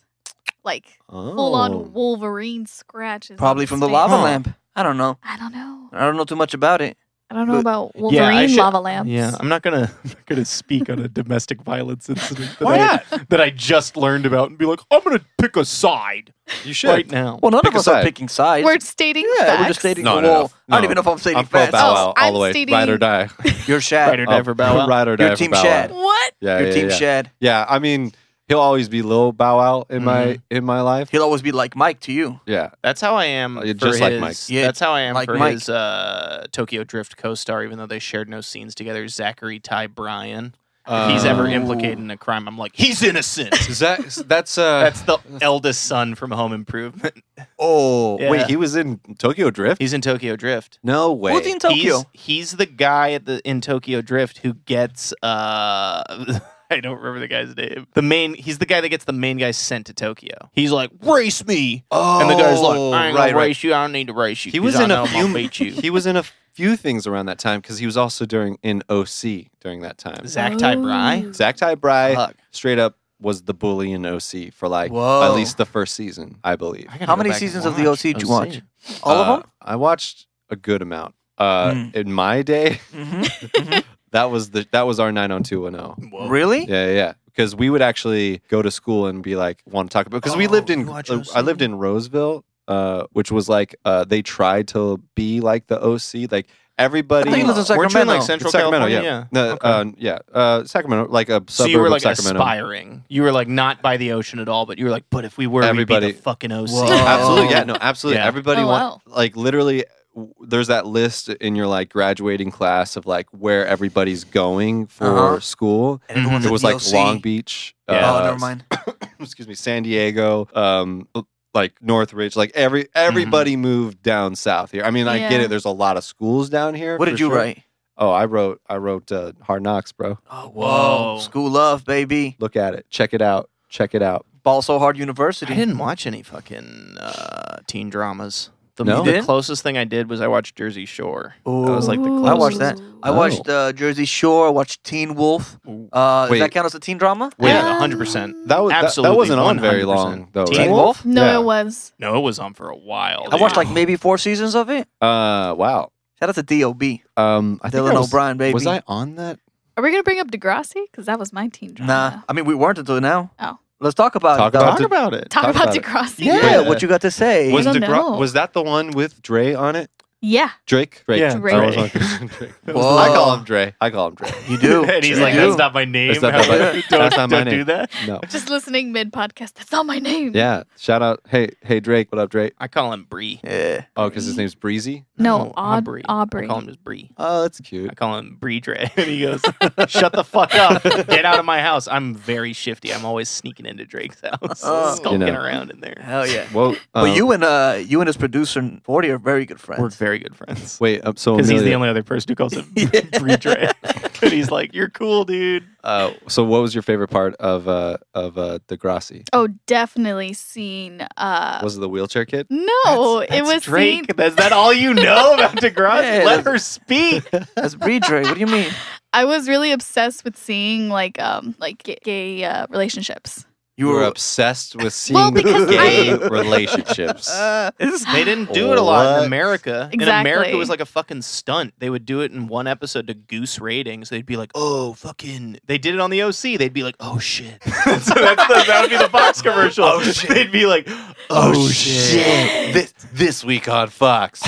S3: like
S1: Oh.
S3: full on Wolverine scratches.
S4: Probably
S3: on
S4: from the
S3: his face.
S4: lava
S2: Huh.
S4: lamp. I don't know.
S3: I don't know.
S4: I don't know too much about it.
S3: I don't know
S4: But-
S3: about
S2: Yeah, I
S3: Wolverine
S2: should-
S3: lava lamps.
S2: Yeah, I'm not gonna I'm not gonna speak on a domestic violence incident that,
S1: Why
S2: I,
S1: not?
S2: that I just learned about and be like, I'm gonna pick a side
S1: You <laughs> should.
S2: right now.
S4: Well, none
S1: Pick
S4: of
S1: a
S4: us
S1: side.
S4: are picking sides.
S3: We're stating
S4: yeah,
S3: facts.
S4: we're just stating.
S1: No,
S4: well,
S1: no, no.
S4: I don't
S1: No.
S4: even know if I'm stating
S1: I'm pro
S4: facts.
S1: Bow
S3: Oh,
S1: Wow all
S3: I'm
S1: the way.
S3: stating-
S1: Ride or die.
S4: You're Shad.
S2: Ride or die for Bow Wow.
S1: <laughs> Ride or die
S4: You're
S1: for
S4: Team
S1: Bow Wow.
S4: Shad.
S3: What?
S1: Yeah,
S4: You're
S1: yeah,
S4: Team
S1: yeah.
S4: Shad.
S1: Yeah, I mean, he'll always be Lil Bow Wow in my
S2: Mm-hmm.
S1: in my life.
S4: He'll always be like Mike to you.
S1: Yeah,
S2: That's how I am.
S1: Oh, you're
S2: for
S1: just like
S2: his-
S1: Mike.
S4: Yeah,
S2: that's how I am
S4: like
S2: for
S4: Mike.
S2: his uh, Tokyo Drift co-star, even though they shared no scenes together. Zachary Ty Bryan. If he's ever
S1: Um,
S2: implicated in a crime, I'm like, he's
S1: <laughs>
S2: innocent.
S1: Is that that's uh
S2: <laughs> That's the eldest son from Home Improvement.
S1: oh
S2: Yeah.
S1: wait he was in Tokyo Drift.
S2: He's in Tokyo Drift.
S1: no way.
S4: Who's in Tokyo?
S2: He's, he's the guy at the in Tokyo Drift who gets uh <laughs> I don't remember the guy's name. The main he's the guy that gets the main guy sent to Tokyo. He's like, race me.
S1: oh,
S2: And the guy's like, I ain't
S1: right,
S2: gonna
S1: right.
S2: race you, I don't need to race you.
S1: He was
S2: 'cause I
S1: in a
S2: know I'm gonna
S1: few-
S2: beat
S1: <laughs>
S2: you.
S1: He was in a few things around that time because he was also during in OC during that time.
S2: Zach Ty Bry.
S3: Oh.
S1: Zach Ty Bry
S4: Fuck.
S1: straight up was the bully in OC for like
S4: Whoa.
S1: at least the first season, I believe.
S2: I gotta
S4: How
S2: go
S4: many
S2: back and
S4: seasons of the
S2: watch
S4: OC did you watch? All
S1: Uh,
S4: of them?
S1: I watched a good amount. Uh,
S2: Hmm.
S4: Mm.
S1: In my day,
S4: Mhm.
S1: that was the that was our nine on two one zero.
S2: Whoa.
S4: Really?
S1: Yeah, yeah, yeah. Because we would actually go to school and be like, want to talk about. Because we
S4: Oh,
S1: lived in,
S4: you watch
S1: uh, I
S4: OC?
S1: lived in Roseville, uh, which was like uh, they tried to be like the OC, like everybody.
S4: I think it was in
S2: Weren't you in like
S4: Sacramento.
S2: Central
S1: It's Sacramento,
S2: California?
S1: No,
S2: Okay.
S1: uh, yeah, uh, Sacramento, like a suburb
S2: so you were
S1: of
S2: like
S1: Sacramento.
S2: aspiring. You were like not by the ocean at all, but you were like, but if we were,
S1: Everybody-
S2: we'd be the fucking OC.
S4: Whoa.
S2: <laughs>
S4: Oh.
S1: Absolutely, yeah, no, absolutely.
S2: Yeah.
S1: Everybody
S3: Oh,
S1: want like literally. w- There's that list in your like graduating class of like where everybody's going for
S4: Uh-huh.
S1: school.
S4: And everyone's
S1: It
S4: at
S1: was
S4: the
S1: like
S4: OC.
S1: Long Beach. uh,
S2: Yeah.
S4: Oh, never mind.
S1: <laughs> excuse me, San Diego, um, like Northridge, like every everybody
S4: Mm-hmm.
S1: moved down south here. I mean, I get
S3: Yeah.
S1: it. There's a lot of schools down here.
S4: What
S1: for
S4: did you
S1: sure.
S4: write?
S1: Oh, I wrote I wrote uh, Hard Knocks, bro.
S4: Oh,
S2: Whoa.
S4: whoa. School love, baby.
S1: Look at it. Check it out. Check it out.
S4: Ball so hard university.
S2: I didn't watch any fucking uh, teen dramas. The,
S1: No?
S2: the
S4: Didn't?
S2: closest thing I did was I watched Jersey Shore. That was like the
S3: Ooh.
S2: closest.
S4: I watched that. I
S1: Oh.
S4: watched uh, Jersey Shore. I watched Teen Wolf.
S2: Ooh.
S4: Uh, does
S1: Wait.
S4: that count as a teen drama?
S2: Wait,
S3: Um,
S2: 100%.
S1: Oh, That was that- that,
S2: Absolutely,
S1: wasn't on very
S2: 100%.
S1: long though.
S2: Teen
S1: right?
S4: Wolf?
S3: No,
S1: Yeah.
S3: it was.
S2: No, it was on for a while.
S4: I watched
S2: dude.
S4: like maybe four seasons of it.
S1: Uh, wow.
S4: Shout out to D.O.B.
S1: Um, I think
S4: Dylan
S1: I was,
S4: O'Brien, baby.
S1: was I on that?
S3: Are we gonna bring up Degrassi? Because that was my teen drama.
S4: Nah, I mean we weren't until now.
S3: Oh.
S4: let's talk about
S1: Talk
S4: it. though.
S1: about
S2: talk
S1: to-
S2: about it.
S3: Talk,
S1: Talk
S3: about,
S1: about it.
S3: Degrassi.
S4: yeah,
S1: Yeah.
S4: what you got to
S1: <laughs>
S4: say?
S1: Was
S3: I don't
S1: DeGra-
S3: know.
S1: was that the one with Dre on it?
S3: Yeah.
S1: Drake. Drake.
S2: Yeah.
S1: I was
S2: Drake.
S1: on- Drake.
S4: <laughs> Whoa.
S1: I call him Dre. I call him Dre.
S4: you do?
S2: <laughs> and he's
S4: You
S2: like,
S4: do.
S2: that's not my name.
S1: That's
S2: <laughs>
S1: not
S2: How-
S1: my-
S2: don't
S1: that's not my
S2: don't do
S1: name.
S2: that.
S3: <laughs>
S1: No.
S3: Just listening mid podcast. That's not my name.
S1: Yeah. Shout out. Hey, hey, Drake. What up, Drake?
S2: I call him Bree.
S4: Yeah.
S1: Oh, because his name's Breezy.
S3: No, Aud-
S2: I
S3: Aubrey.
S2: call him just Bree.
S1: Oh, that's
S2: I
S1: cute.
S2: call him Bree Dre. <laughs> And he goes, Shut the fuck
S1: <laughs>
S2: up. Get out of my house. I'm very shifty. I'm always sneaking into Drake's house,
S4: Oh.
S2: <laughs> skulking
S1: Uh, You know.
S2: around in there.
S4: Hell yeah.
S1: Well, um,
S4: but you and uh, you and his producer Forty are very good
S2: We're
S4: friends.
S2: very good friends.
S1: wait. Um, so
S2: Because he's the
S1: Amelia,
S2: only other person who calls him <laughs> Bree Dre. <laughs> and he's like, You're cool, dude.
S1: uh, so what was your favorite part of uh of uh Degrassi?
S3: Oh, definitely seen. Uh,
S1: Was it the wheelchair kid?
S3: no,
S2: That's-
S3: Oh, it
S2: that's
S3: was seen.
S2: Drake. Is that all you know
S3: <laughs>
S2: about DeGrasse? Let
S4: Yeah, that's-
S2: her speak.
S4: That's Bree Dre. What do you mean?
S3: I was really obsessed with seeing like um like ga- gay uh, relationships.
S1: You were
S4: were-
S1: obsessed <laughs> with seeing
S3: Well, because
S1: <laughs> gay
S4: I-
S1: <laughs> relationships.
S4: Uh,
S2: They didn't do it a lot
S1: What?
S2: in America. In America, it was
S3: Exactly.
S2: like a fucking stunt. They would do it in one episode to goose ratings. They'd be like, "Oh, fucking!" They did it on the OC. They'd be like, "Oh shit!" <laughs> so that's the, that would be <laughs> the Fox commercial.
S1: Oh, shit.
S2: They'd be like, "Oh,
S1: shit! this, this week
S2: <laughs>
S1: on Fox.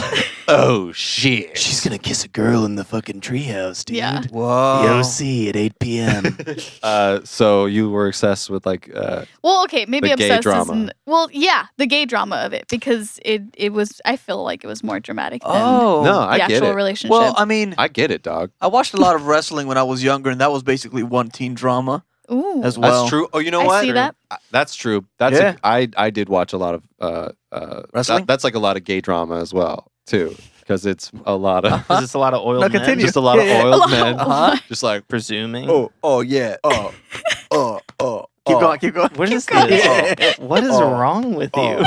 S1: Oh shit!
S2: she's gonna kiss a girl in the fucking treehouse, dude."
S3: Yeah.
S4: whoa.
S2: The OC at 8 <laughs> p.m.
S1: Uh, so you were obsessed with like uh,
S3: Well, okay, maybe
S1: The gay
S3: obsessed
S1: drama.
S3: isn't. Well, yeah, the gay drama of it because it it was. I feel like it was more dramatic than
S4: Oh.
S1: no,
S3: the
S1: I get
S3: actual
S1: it.
S3: relationship.
S4: Well, I mean,
S1: I get it, dog.
S4: I watched a lot of wrestling when I was younger, and that was basically one teen drama
S3: Ooh,
S4: as well.
S1: That's true. Oh, you know
S3: I
S1: what?
S3: see that.
S1: Uh, That's true. That's
S4: Yeah.
S1: a, I I did watch a lot of uh uh
S4: Wrestling?
S1: that- that's like a lot of gay drama as well too because it's a lot of <laughs>
S2: Because it's a lot of oil
S4: No,
S2: men,
S4: continue.
S1: just <laughs> a lot of
S4: Yeah, yeah.
S3: <laughs> A
S1: oiled
S3: lot
S1: men
S3: of-
S4: Uh-huh.
S1: just like
S2: presuming.
S1: oh yeah oh oh oh
S4: Keep going, keep going.
S2: what is
S3: God.
S2: this?
S4: Yeah.
S2: What is
S1: Oh.
S2: wrong with
S1: Oh.
S2: you?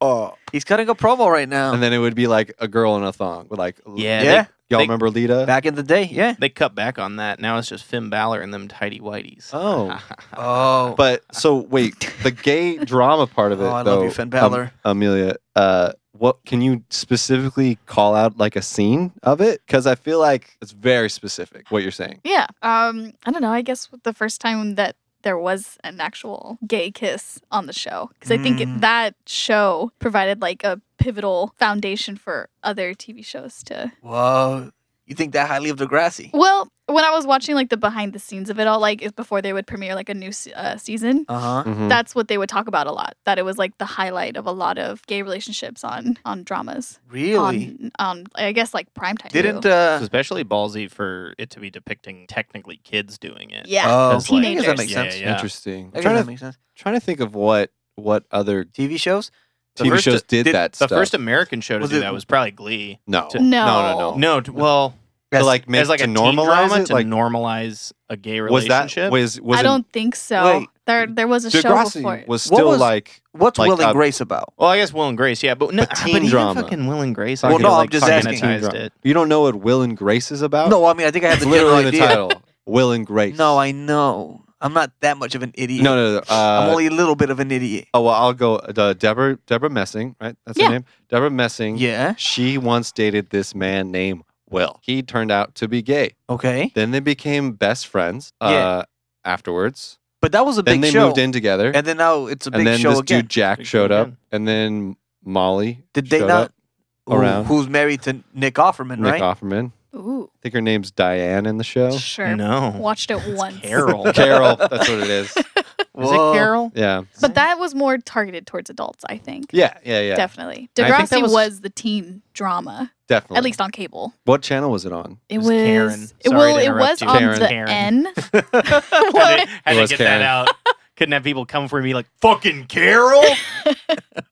S1: oh
S4: He's cutting a promo right now.
S1: and then it would be like a girl in a thong with like l-
S2: Yeah,
S4: yeah,
S1: y'all
S2: they-
S1: remember Lita
S4: back in the day, yeah.
S2: They cut back on that. Now it's just Finn Balor and them tidy whiteys. <laughs>
S1: Oh.
S4: <laughs> Oh,
S1: <laughs> but so wait
S4: <laughs>
S1: the gay drama part of it
S4: Oh, I
S1: though
S4: love you, Finn
S1: um,
S4: Balor.
S1: Amelia uh what can you specifically call out like a scene of it because I feel like it's very specific what you're saying.
S3: yeah. Um, I don't know. I guess the first time that there was an actual gay kiss on the show because I think
S4: Mm.
S3: it, that show provided like a pivotal foundation for other TV shows to.
S4: whoa. You think that highly of Degrassi?
S3: Well, when I was watching like the behind the scenes of it all, like before they would premiere like a new se- uh, season,
S4: Uh huh.
S1: Mhm.
S3: that's what they would talk about a lot. That it was like the highlight of a lot of gay relationships on on dramas.
S4: Really?
S3: On, on I guess like primetime.
S4: Didn't
S3: too.
S4: uh?
S2: especially ballsy for it to be depicting technically kids doing it.
S3: yeah.
S4: oh,
S2: Because, like,
S4: I guess that
S3: teenagers.
S4: makes
S2: yeah,
S4: sense.
S2: yeah.
S1: Interesting.
S4: I
S1: I'm
S4: guess
S1: trying
S4: that
S1: to
S4: makes sense.
S1: trying to think of what what other
S4: TV shows.
S2: The
S1: TV
S2: first-
S1: shows did,
S4: did-
S1: that
S2: The
S1: stuff.
S2: first American show to
S4: Was
S2: do
S4: it-
S2: that was probably Glee.
S1: no.
S2: to-
S3: No.
S1: no, no, no.
S2: No, t- well,
S1: To like make
S2: as like
S1: to
S2: a teen
S1: normalize
S2: drama
S1: it,
S2: to
S1: like
S2: normalize a gay
S1: was that
S2: relationship.
S1: was was
S3: I
S1: it-
S3: don't think so.
S4: Wait.
S3: there there was a show before.
S1: Degrassi
S3: it.
S1: was
S4: What
S1: still
S4: was-
S1: like
S4: What's
S1: like,
S4: Will
S1: uh,
S4: and Grace about?
S2: well, I guess Will and Grace, yeah, but no,
S1: But
S2: ah,
S1: teen
S2: even
S1: drama.
S2: fucking Will and Grace.
S1: Well,
S2: I
S1: no,
S2: feel
S1: I'm
S2: like
S4: just
S2: sanitized
S1: asking.
S2: it.
S1: you don't know what Will and Grace is about.
S4: No, I mean I think I have
S1: it's
S4: the general
S1: uh, literally in the
S4: idea.
S1: title. Will and Grace.
S4: No, I know. I'm not that much of an idiot.
S1: no no. no uh,
S4: I'm only a little bit of an idiot.
S1: Oh well, I'll go. Uh, Deborah Deborah Messing, right? That's
S3: Yeah.
S1: her name. Deborah Messing.
S4: Yeah.
S1: She once dated this man named Will. He turned out to be gay.
S4: Okay.
S1: Then they became best friends. Uh,
S4: Yeah.
S1: Afterwards,
S4: But that was a
S1: then
S4: big
S1: they
S4: show.
S1: moved in together,
S4: and then now it's a
S1: and
S4: big
S1: then
S4: show
S1: this
S4: again.
S1: dude Jack
S2: Big show
S1: showed up,
S2: again.
S1: and then Molly.
S4: Did they
S1: showed
S4: not?
S1: up, around.
S4: who's married to Nick Offerman,
S1: Nick
S4: right?
S1: Offerman. I
S3: Ooh,
S1: think her name's Diane in the show.
S3: sure.
S2: No,
S3: <laughs> Watched it once.
S2: Carol. <laughs> Is it
S1: <laughs> Carol. That's what it
S4: <laughs>
S1: is.
S4: Whoa.
S2: Carol?
S1: Yeah.
S3: But that was more targeted towards adults, I think.
S1: Yeah. Yeah. Yeah.
S2: I
S3: Definitely.
S2: think that
S3: Degrassi
S2: was-
S3: was... the teen drama,
S1: Definitely.
S3: at least on cable.
S1: What channel was it on?
S3: It
S2: was
S3: was.
S2: Karen.
S3: It,
S2: Sorry
S3: well,
S2: to
S3: it
S2: interrupt
S3: was
S2: you.
S3: on
S1: Karen.
S3: the
S2: Karen. <laughs>
S3: N.
S2: had to, had to
S1: It was
S2: get
S1: Karen.
S2: that out. Couldn't have people come for me like fucking <laughs> Carol.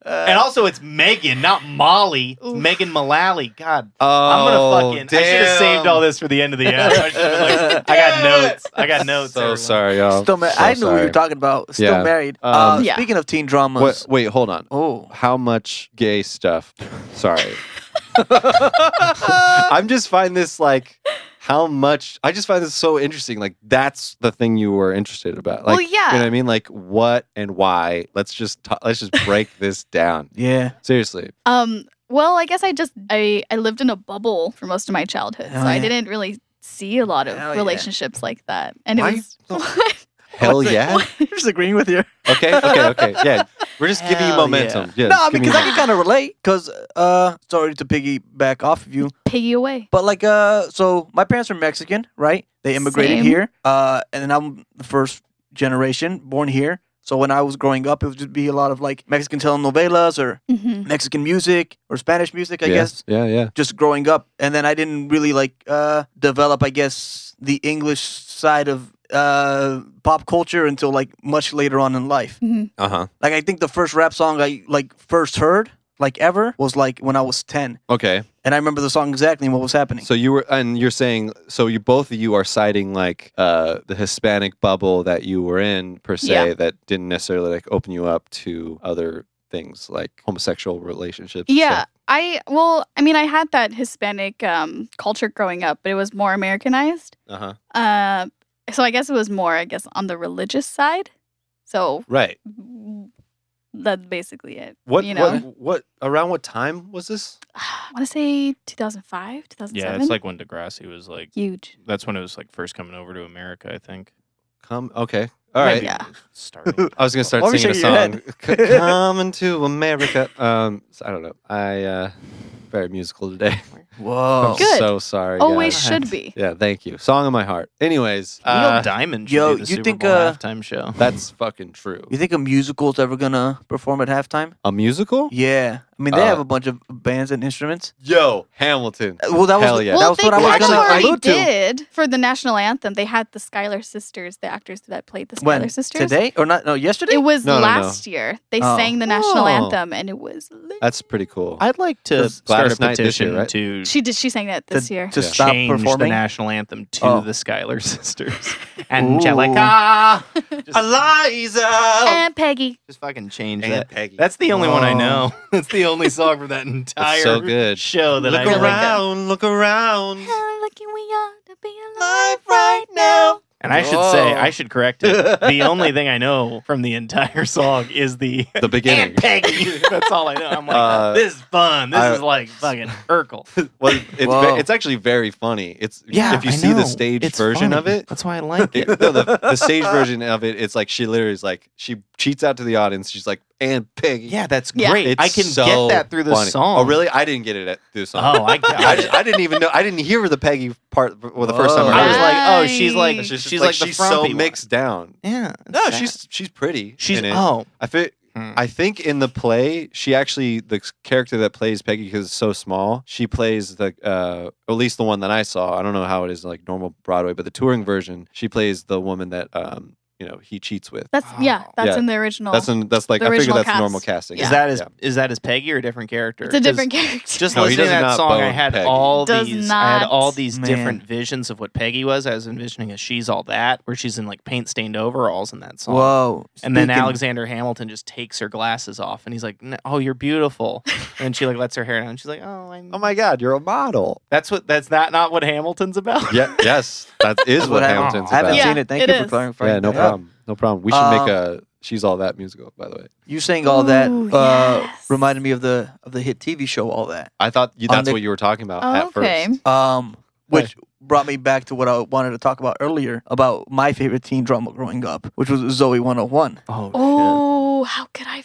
S2: and also, it's Megan, not Molly. It's
S3: Oof.
S2: Megan Mullally. God,
S1: Oh,
S2: I'm gonna fucking. I should have saved all this for the end of the <laughs> episode. I, should've been like, I got notes. I got notes.
S1: <laughs> So
S2: everyone.
S1: sorry, y'all.
S4: Still married.
S1: So
S4: I knew what you
S1: sorry.
S4: were talking about. Still
S1: Yeah.
S4: married.
S1: Um,
S4: uh,
S3: Yeah.
S4: Speaking of teen dramas.
S1: What, wait, hold on.
S4: Oh.
S1: How much gay stuff? <laughs>
S4: <laughs>
S1: Sorry, I'm just find this like how much. I just find this so interesting. Like that's the thing you were interested about. Like,
S3: Well, yeah.
S1: you know what I mean. Like what and why? Let's just t- let's just break
S4: <laughs>
S1: this down.
S3: <laughs>
S4: Yeah.
S1: Seriously,
S3: Um, well, I guess I just I, I lived in a bubble for most of my childhood,
S4: Hell
S2: Oh,
S3: so I
S4: yeah.
S3: didn't really see a lot of
S4: Hell yeah.
S3: relationships like that. And <laughs> it
S1: Why- Oh,
S3: was
S4: <laughs>
S1: hell
S4: Wait,
S1: yeah.
S4: I'm just agreeing with you.
S1: Okay, okay, okay. Yeah, we're just giving you
S2: Hell
S1: momentum. Yeah,
S4: no,
S1: just
S4: I
S1: give
S4: mean,
S1: me
S4: because I
S1: momentum.
S4: can kind of relate. Because, uh, sorry to piggyback off of you.
S3: piggy away.
S4: But like, uh, so my parents are Mexican, right? They immigrated
S3: Same.
S4: here, uh, and then I'm the first generation born here. So when I was growing up, it would just be a lot of like Mexican telenovelas or
S3: Mhm.
S4: Mexican music or Spanish music, I
S1: yeah,
S4: guess.
S1: Yeah, yeah.
S4: Just growing up, and then I didn't really like uh, develop, I guess, the English side of uh, pop culture until like much later on in life.
S3: Mhm.
S1: Uh huh.
S4: Like I think the first rap song I like first heard like ever was like when I was ten,
S1: Okay.
S4: and I remember the song exactly and what was happening. <laughs>
S1: So you were, and you're saying, so you both of you are citing like uh, the Hispanic bubble that you were in per se
S3: Yeah.
S1: that didn't necessarily like open you up to other things like homosexual relationships. and
S3: Yeah.
S1: stuff.
S3: I well, I mean, I had that Hispanic um, culture growing up, but it was more Americanized.
S1: Uh-huh.
S3: Uh, so I guess it was more, I guess, on the religious side. So
S1: Right.
S3: mm, that's basically it. <sighs>
S1: What,
S3: you know?
S1: what? What? Around what time was this?
S3: I want to say 2005, 2007.
S2: Yeah, it's like when Degrassi was like.
S3: huge.
S2: That's when it was like first coming over to America, I think.
S1: Come. Okay. All right.
S3: Yeah.
S2: Starting.
S1: I was gonna start
S4: Why were you
S1: singing a song.
S4: shaking
S1: C- Coming to America. Um. so I don't know. I uh, very musical
S3: <laughs>
S1: today.
S4: Whoa.
S1: I'm
S3: Oh. Good.
S1: so sorry.
S3: Always
S1: guys.
S3: should be.
S1: <laughs> Yeah. Thank you. Song of my heart. Anyways.
S2: Neil
S1: Uh,
S2: Diamond should
S4: yo,
S2: do the
S4: you
S2: Super
S4: think,
S2: Bowl
S4: uh,
S2: halftime show.
S1: that's fucking true.
S4: You think a musical's ever gonna perform at halftime?
S1: A musical?
S4: Yeah, I mean they
S1: Uh,
S4: have a bunch of bands and instruments.
S1: Yo, Hamilton.
S4: Uh, Well, that was
S1: Hell yeah.
S4: that
S1: Well,
S4: was what I was
S3: kind of
S1: kinda
S4: gonna
S3: already
S4: allude to
S3: did for the national anthem. They had the Skylar sisters, the actors that played the Skylar
S4: When?
S3: sisters.
S4: today or not? No, yesterday.
S3: It was
S1: No, no, no.
S3: last year. They
S4: Oh.
S3: sang the national
S1: Oh.
S3: anthem, and it was. lit.
S1: That's pretty cool.
S2: I'd like to
S1: Does
S2: start a
S1: Gladys Knight this
S2: petition
S1: year, right?
S2: to
S3: She did. She sang that
S4: to,
S3: this year.
S4: to
S1: Yeah.
S4: stop
S2: change the
S4: performing.
S2: national anthem to
S4: Oh.
S2: the Skylar <laughs> sisters. <laughs>
S4: Angelica,
S2: Eliza,
S3: and Peggy.
S2: "Ah, just fucking change
S1: And
S2: that. Oh.
S1: Peggy.
S2: That's the only one I
S4: Whoa.
S2: know. <laughs> That's the only song from that entire
S1: so good.
S2: show that
S1: look
S2: I know.
S1: around, look around.
S3: How lucky we are to be alive
S1: Live right now.
S2: And I should say,
S4: Whoa.
S2: I should correct <laughs> it. The only thing I know from the entire song is the <laughs>
S1: The beginning.
S2: and Peggy. <laughs> That's all I know. I'm like,
S1: Uh,
S2: this is fun. This
S1: I-
S2: is like fucking <laughs> Urkel.
S1: Well, it's,
S4: Whoa.
S1: ve- it's actually very funny. It's if you see the stage version of it,
S2: that's why I like <laughs>
S1: it- no, the, the stage version of it, it's like she literally is like she cheats out to the audience. She's like, and pig.
S2: Yeah, that's
S3: Yeah.
S2: great.
S1: It's
S2: I can
S1: so
S2: get that through the
S1: funny.
S2: song.
S1: Oh, really? I didn't get it at, through the song.
S2: Oh, I,
S1: <laughs> I, just- I didn't even know. I didn't hear the Peggy part well, the first time.
S4: Whoa.
S1: I
S2: I
S1: heard
S2: was
S1: it.
S2: like, oh, she's like
S3: It's
S1: It's just
S2: she's like, the
S1: she's so
S2: frumpy one.
S1: mixed down.
S2: Yeah. it's
S1: No,
S2: sad.
S1: she's she's pretty.
S2: she's
S1: in it.
S2: oh
S1: I fi-
S2: Hmm.
S1: I think in the play, she actually the character that plays Peggy because it's so small. She plays the uh, at least the one that I saw. I don't know how it is like normal Broadway, but the touring version, she plays the woman that um you know he cheats with.
S3: That's yeah.
S2: Oh.
S3: That's
S1: Yeah.
S3: in the original.
S1: That's an, that's like
S3: The
S1: I figure
S3: original
S1: that's
S3: cast.
S1: normal casting.
S2: is
S3: Yeah.
S2: that is
S1: Yeah.
S2: is that is Peggy or a different character?
S3: it's a
S2: 'Cause
S3: different character.
S2: Just
S1: No,
S2: listening
S1: he
S2: to
S1: does
S2: that
S1: not
S2: song, I
S1: bone
S2: had
S1: Peggy.
S2: all
S3: Does
S2: these. I had
S3: not.
S2: all these
S4: Man.
S2: different visions of what Peggy was. I was envisioning a she's all that, where she's in like paint stained overalls in that song.
S4: Whoa.
S2: And then
S4: Speaking-
S2: Alexander Hamilton just takes her glasses off, and he's like, "No- "Oh, you're
S3: <laughs>
S2: beautiful." and she like lets her hair down, and she's like, "Oh, I'm."
S1: Oh my God, you're a model.
S2: That's what. That's not not what Hamilton's about. <laughs>
S1: Yeah, yes, <laughs> that is
S4: That's
S1: what
S4: I-
S1: Hamilton's
S4: I haven't
S1: about.
S3: Yeah,
S1: Yeah,
S4: seen it. Thank
S3: it
S4: you for
S3: is.
S4: clarifying.
S1: no
S4: that.
S1: problem, no problem. We should
S4: Um,
S1: make a she's all that musical. By the way,
S4: You saying all that
S3: Ooh,
S4: uh,
S3: yes.
S4: reminded me of the of the hit TV show All That,
S1: I thought you,
S4: On
S1: that's
S4: the-
S1: what you were talking about at first.
S3: Oh, okay.
S4: um, which brought me back to what I wanted to talk about earlier about my favorite teen drama growing up, which was Zoe 101.
S2: Oh,
S3: Oh, how could I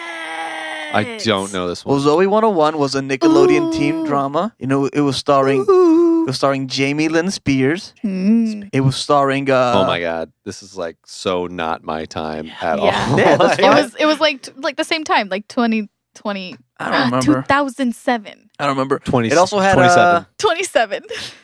S3: forget?
S1: I don't know this
S4: Well,
S1: one.
S4: Zoe 101 was a Nickelodeon teen
S3: Ooh.
S4: drama. You know, it was starring it was starring Jamie Lynn Spears.
S3: Hmm.
S4: It was starring uh,
S1: oh my god, this is like so not my time at
S3: Yeah.
S1: all.
S4: Yeah, that's
S1: <laughs> Like,
S3: It was it was like t- like the same time, like 2020,
S4: I don't remember.
S3: 2007,
S4: I don't remember.
S1: 20,
S4: It also had,
S1: 27.
S4: uh,
S3: 27.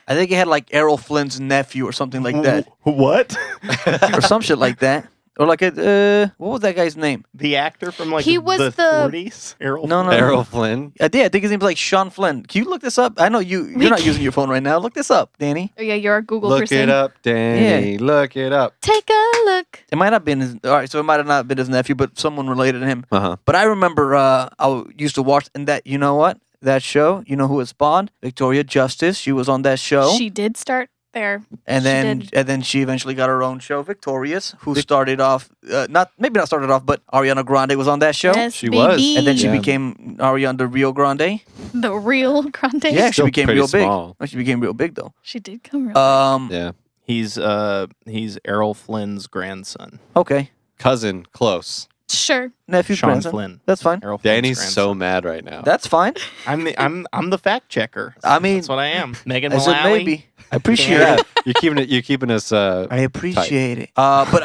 S4: I think it had like Errol Flynn's nephew or something like that,
S2: What?
S4: <laughs> or some shit like that, or like a uh, what was that guy's name?
S2: the actor from like
S3: He was
S2: the
S3: the-
S2: 40s. Errol.
S4: No, no,
S2: Flynn?
S1: Errol Flynn.
S4: I did. I think his name's like Sean Flynn. Can you look this up? I know you. You're not using your phone right now. Look this up, Danny.
S3: Oh <laughs> yeah, you're a Google
S1: Look
S3: person.
S1: it up, Danny. Look it up.
S3: Take a look.
S4: It might not been his. All right, so it might have not been his nephew, but someone related to him.
S1: Uh huh.
S4: But I remember uh, I w- used to watch and that. You know what? That show. You know who it spawned? Victoria Justice. She was on that show,
S3: She did start there.
S4: and
S3: she
S4: then
S3: did.
S4: and then she eventually got her own show, Victorious, who started off uh, not maybe not started off, but Ariana Grande was on that show.
S3: Yes,
S1: she was.
S3: baby.
S4: And then she
S1: Yeah.
S4: became Ariana the Rio Grande.
S3: the real <laughs> Grande.
S4: Yeah, she
S1: still
S4: became
S1: pretty
S4: real big.
S1: small.
S4: Oh, She became real big though.
S3: She did come real.
S4: Um,
S1: Yeah.
S2: He's uh he's Errol Flynn's grandson,
S4: Okay,
S1: Cousin, close.
S3: sure.
S4: nephew
S2: Sean
S4: grandson.
S2: Flynn.
S4: That's fine.
S2: Errol Flynn's
S1: Danny's
S2: grandson.
S1: so mad right now.
S4: That's fine.
S2: I'm the, I'm I'm the fact checker.
S4: I mean,
S2: that's what I am. Megan
S4: I said
S2: Mullally.
S4: maybe. I appreciate
S2: Yeah.
S4: it.
S1: <laughs> you're keeping it. You're keeping us. Uh, <laughs>
S4: I appreciate it. Uh, but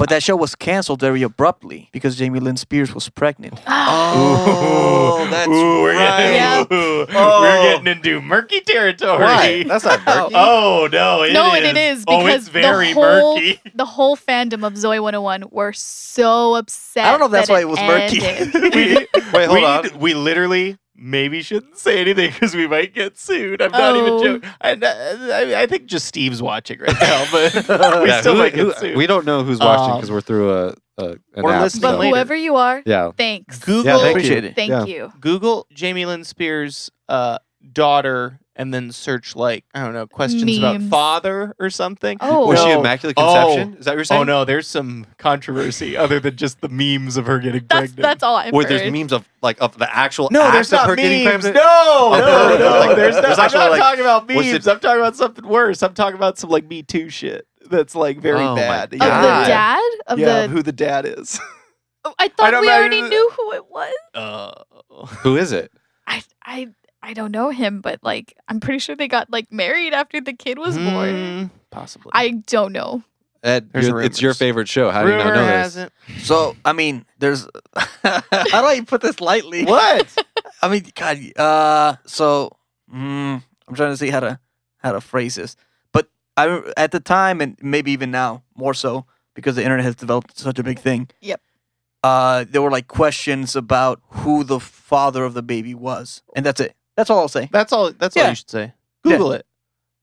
S4: but that show was canceled very abruptly because Jamie Lynn Spears was pregnant.
S1: <laughs>
S4: Oh, that's
S2: Ooh, we're
S4: right.
S2: getting,
S3: Yeah.
S2: ooh, <laughs>
S4: Oh.
S2: we're getting into murky territory. <laughs>
S1: Why? <laughs> That's not murky.
S2: Oh no, it
S3: no,
S2: is.
S3: and it is
S2: oh,
S3: because
S2: it's very
S3: the
S2: <laughs>
S3: whole
S2: murky.
S3: the whole fandom of Zoe 101 were so upset.
S4: I don't know if that's
S3: that
S4: why it was murky.
S3: ended.
S2: Wait,
S1: Wait, hold
S2: we,
S1: on.
S2: We literally maybe shouldn't say anything because we might get sued. I'm not
S3: Oh.
S2: even joking. I, I, I think just Steve's watching right <laughs> now, but we
S1: <laughs> Yeah,
S2: still
S1: who-
S2: might
S1: who-
S2: get sued.
S1: we don't know who's watching
S2: Um,
S1: because we're through a, a an
S2: Or
S1: app,
S2: listening
S1: so-
S3: but
S2: later.
S3: whoever you are,
S1: Yeah.
S3: thanks.
S2: Google,
S1: Yeah, thank you.
S4: appreciate it.
S3: Thank
S1: Yeah.
S3: you.
S2: Google Jamie Lynn Spears' uh, daughter, and then search like I don't know questions about
S3: Memes.
S2: father or something.
S3: Oh.
S1: Was she
S2: No.
S1: immaculate
S2: Oh.
S1: conception? Is that what you're saying?
S2: Oh no, there's some
S3: <laughs>
S2: controversy other than just the memes of her getting
S3: That's
S2: pregnant.
S3: that's all I've
S1: Where
S3: heard.
S1: there's memes of like of the actual.
S2: no,
S1: act
S2: there's
S1: of
S2: not
S1: her getting
S2: memes. No,
S1: pregnant?
S2: no,
S1: Oh,
S2: no,
S1: no, like,
S2: there's not.
S1: there's
S2: I'm
S1: actually,
S2: not
S1: like,
S2: talking about
S1: was it-
S2: memes. I'm talking about something worse. I'm talking about some like Me Too shit that's like very
S1: Oh, my
S2: bad.
S1: God.
S3: of
S2: yeah.
S3: the dad of
S2: yeah,
S3: the.
S2: who the dad is.
S3: Oh, I
S2: I
S3: thought
S2: don't
S3: we
S2: know.
S3: already knew who it was.
S2: Uh,
S1: Who is it?
S3: I I I don't know him, but like I'm pretty sure they got like married after the kid was
S1: Hmm.
S3: born.
S2: Hmm. Possibly.
S3: I don't know.
S1: Ed,
S2: There's
S1: you're- it's your
S2: rumors.
S1: favorite show. How do you not
S2: Rumor
S1: know
S2: has
S1: this?
S2: it.
S4: So I mean, there's <laughs> how do I put this lightly?
S2: What?
S4: <laughs> I mean, God. Uh, so mm, I'm trying to see how to how to phrase this, but I re- at the time and maybe even now more so because the internet has developed such a big thing.
S3: Yep.
S4: Uh, there were like questions about who the father of the baby was, and that's it. That's all I'll say.
S2: That's all. That's
S4: Yeah.
S2: all you should say. Google it.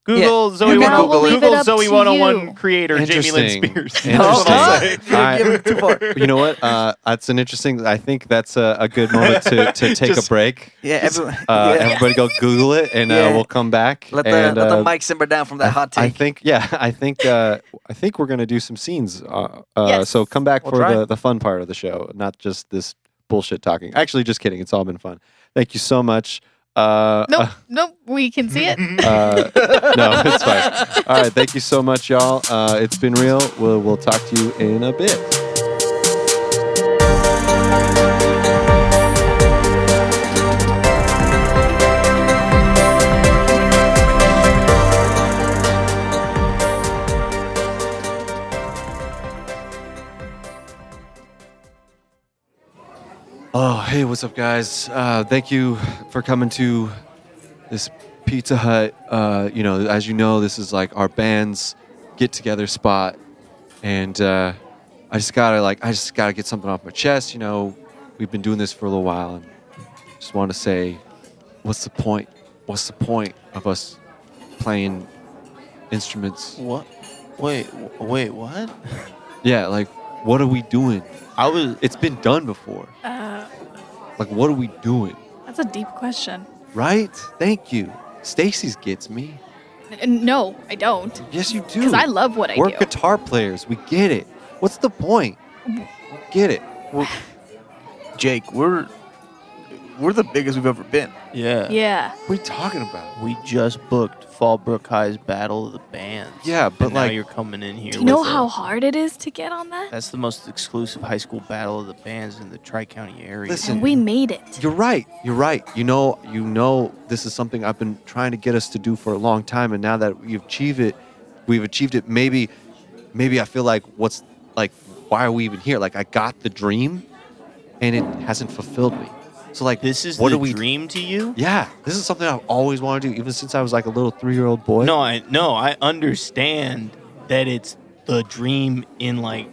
S2: Google Zoe.
S4: You can
S2: 101
S4: Google it.
S2: Google
S3: Leave it up
S2: Zoe
S3: to
S2: 101
S3: you.
S2: creator Jamie Lynn
S1: Interesting.
S2: Spears. <laughs>
S1: Interesting. I-
S4: You're giving too
S1: <laughs>
S4: far.
S1: you know what? Uh, that's an interesting. I think that's a, a good moment to,
S4: <laughs>
S1: to take
S2: Just-
S1: a break.
S4: Yeah, everyone,
S1: Uh,
S4: yeah.
S1: Everybody go Google it, and
S4: Yeah.
S1: uh, we'll come back.
S4: Let the
S1: and,
S4: let the
S1: uh,
S4: mic simmer down from that
S1: I-
S4: hot
S1: I
S4: take.
S1: think yeah. <laughs> I think uh, I think we're gonna do some scenes. Uh, uh,
S3: Yes.
S1: So come back
S4: We'll
S1: for
S4: try.
S1: the, the fun part of the show, not just this bullshit talking. Actually, just kidding. It's all been fun. Thank you so much. Uh,
S3: Nope, nope. We can
S1: <laughs>
S3: see it.
S1: uh, no, it's fine. All right. Thank you so much, y'all. Uh, it's been real. We'll, we'll talk to you in a bit. Oh, hey, what's up, guys? Uh, thank you for coming to this Pizza Hut. Uh, you know, as you know, this is like our band's get together spot, and uh, I just gotta like, I just gotta get something off my chest. You know, we've been doing this for a little while, and just want to say, what's the point? What's the point of us playing instruments?
S2: What? Wait, w- wait, what?
S1: Yeah, like, what are we doing?
S2: I was.
S1: It's been done before.
S5: Uh,
S1: Like, what are we doing?
S5: that's a deep question.
S1: Right? Thank you. Stacy's gets me.
S5: N- No, I don't.
S1: Yes, you do.
S5: Because I love what I
S1: We're
S5: do.
S1: guitar players. We get it. What's the point? We get it.
S4: Jake, we're we're the biggest we've ever been.
S2: Yeah.
S5: yeah.
S1: What are you talking about?
S2: We just booked Fallbrook High's Battle of the Bands.
S1: Yeah, but
S2: And now
S1: like,
S2: you're coming in here.
S5: Do you know
S2: with a-
S5: how hard it is to get on that?
S2: That's the most exclusive high school battle of the bands in the Tri County area.
S1: Listen,
S5: And we made it.
S1: you're right. You're right. You know, you know, this is something I've been trying to get us to do for a long time, and now that we've achieved it, we've achieved it. Maybe, maybe I feel like, what's like, why are we even here? Like, I got the dream, and it hasn't fulfilled me. So like,
S2: this is
S1: what
S2: the
S1: do we
S2: dream to you?
S1: Yeah, this is something I've always wanted to do, even since I was like a little three-year-old boy.
S2: No, I no, I understand that it's the dream in like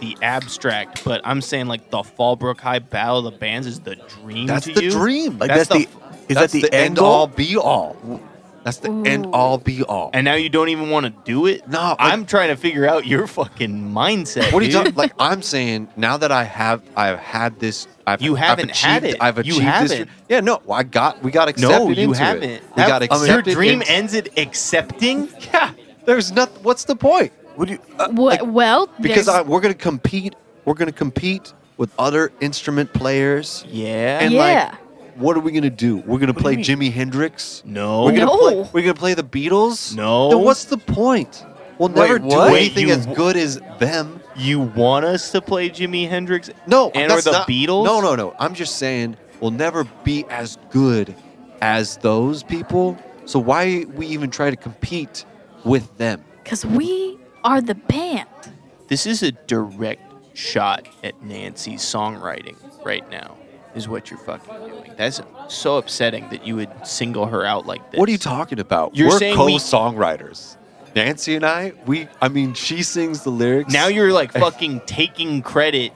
S2: the abstract, but I'm saying like the Fallbrook High Battle of the Bands is the dream
S1: that's
S2: to
S1: the
S2: you?
S1: dream.
S4: Like
S1: Like,
S4: that's,
S2: That's
S4: the,
S2: the-
S4: is
S1: that's
S4: that the, end
S1: all
S4: all?
S1: be all. That's the end
S5: Ooh.
S1: all be all.
S2: And now you don't even want to do it?
S1: No, like-
S2: I'm trying to figure out your fucking mindset.
S1: what are you
S2: dude.
S1: talking? Like I'm saying, now that I have, I've had this. I've,
S2: You
S1: I've
S2: haven't
S1: achieved,
S2: had it.
S1: I've
S2: You
S1: achieved this.
S2: haven't.
S1: Yeah, no, well, I got. We got accepted.
S2: No, you
S1: into it.
S2: haven't.
S1: We
S2: That-
S1: got accepted.
S2: your dream
S1: into-
S2: ends at accepting?
S1: Yeah, there's nothing. What's the point?
S4: Would you? Uh,
S5: Wha- well,
S1: Because
S5: there's-
S1: I, we're gonna compete. We're gonna compete with other instrument players.
S2: Yeah.
S1: And
S5: Yeah.
S1: like, what are we gonna do? We're gonna play
S2: you
S1: Jimi Hendrix.
S2: no.
S1: We're gonna
S5: No.
S1: play. We're gonna play the Beatles.
S2: Oh. No.
S1: Then what's the point? We'll
S4: Wait,
S1: never do
S4: what?
S1: anything
S2: Wait, you-
S1: as good as them.
S2: you want us to play Jimi Hendrix?
S1: No,
S2: And
S1: that's
S2: or the
S1: not-
S2: Beatles?
S1: No, no, no. I'm just saying we'll never be as good as those people. So why we even try to compete with them?
S5: Because we are the band.
S2: This is a direct shot at Nancy's songwriting right now, is what you're fucking doing. That's so upsetting that you would single her out like this.
S1: What are you talking about?
S2: You're
S1: We're
S2: saying we-
S1: co-songwriters. Nancy and I, we I mean she sings the lyrics.
S2: Now you're like fucking taking credit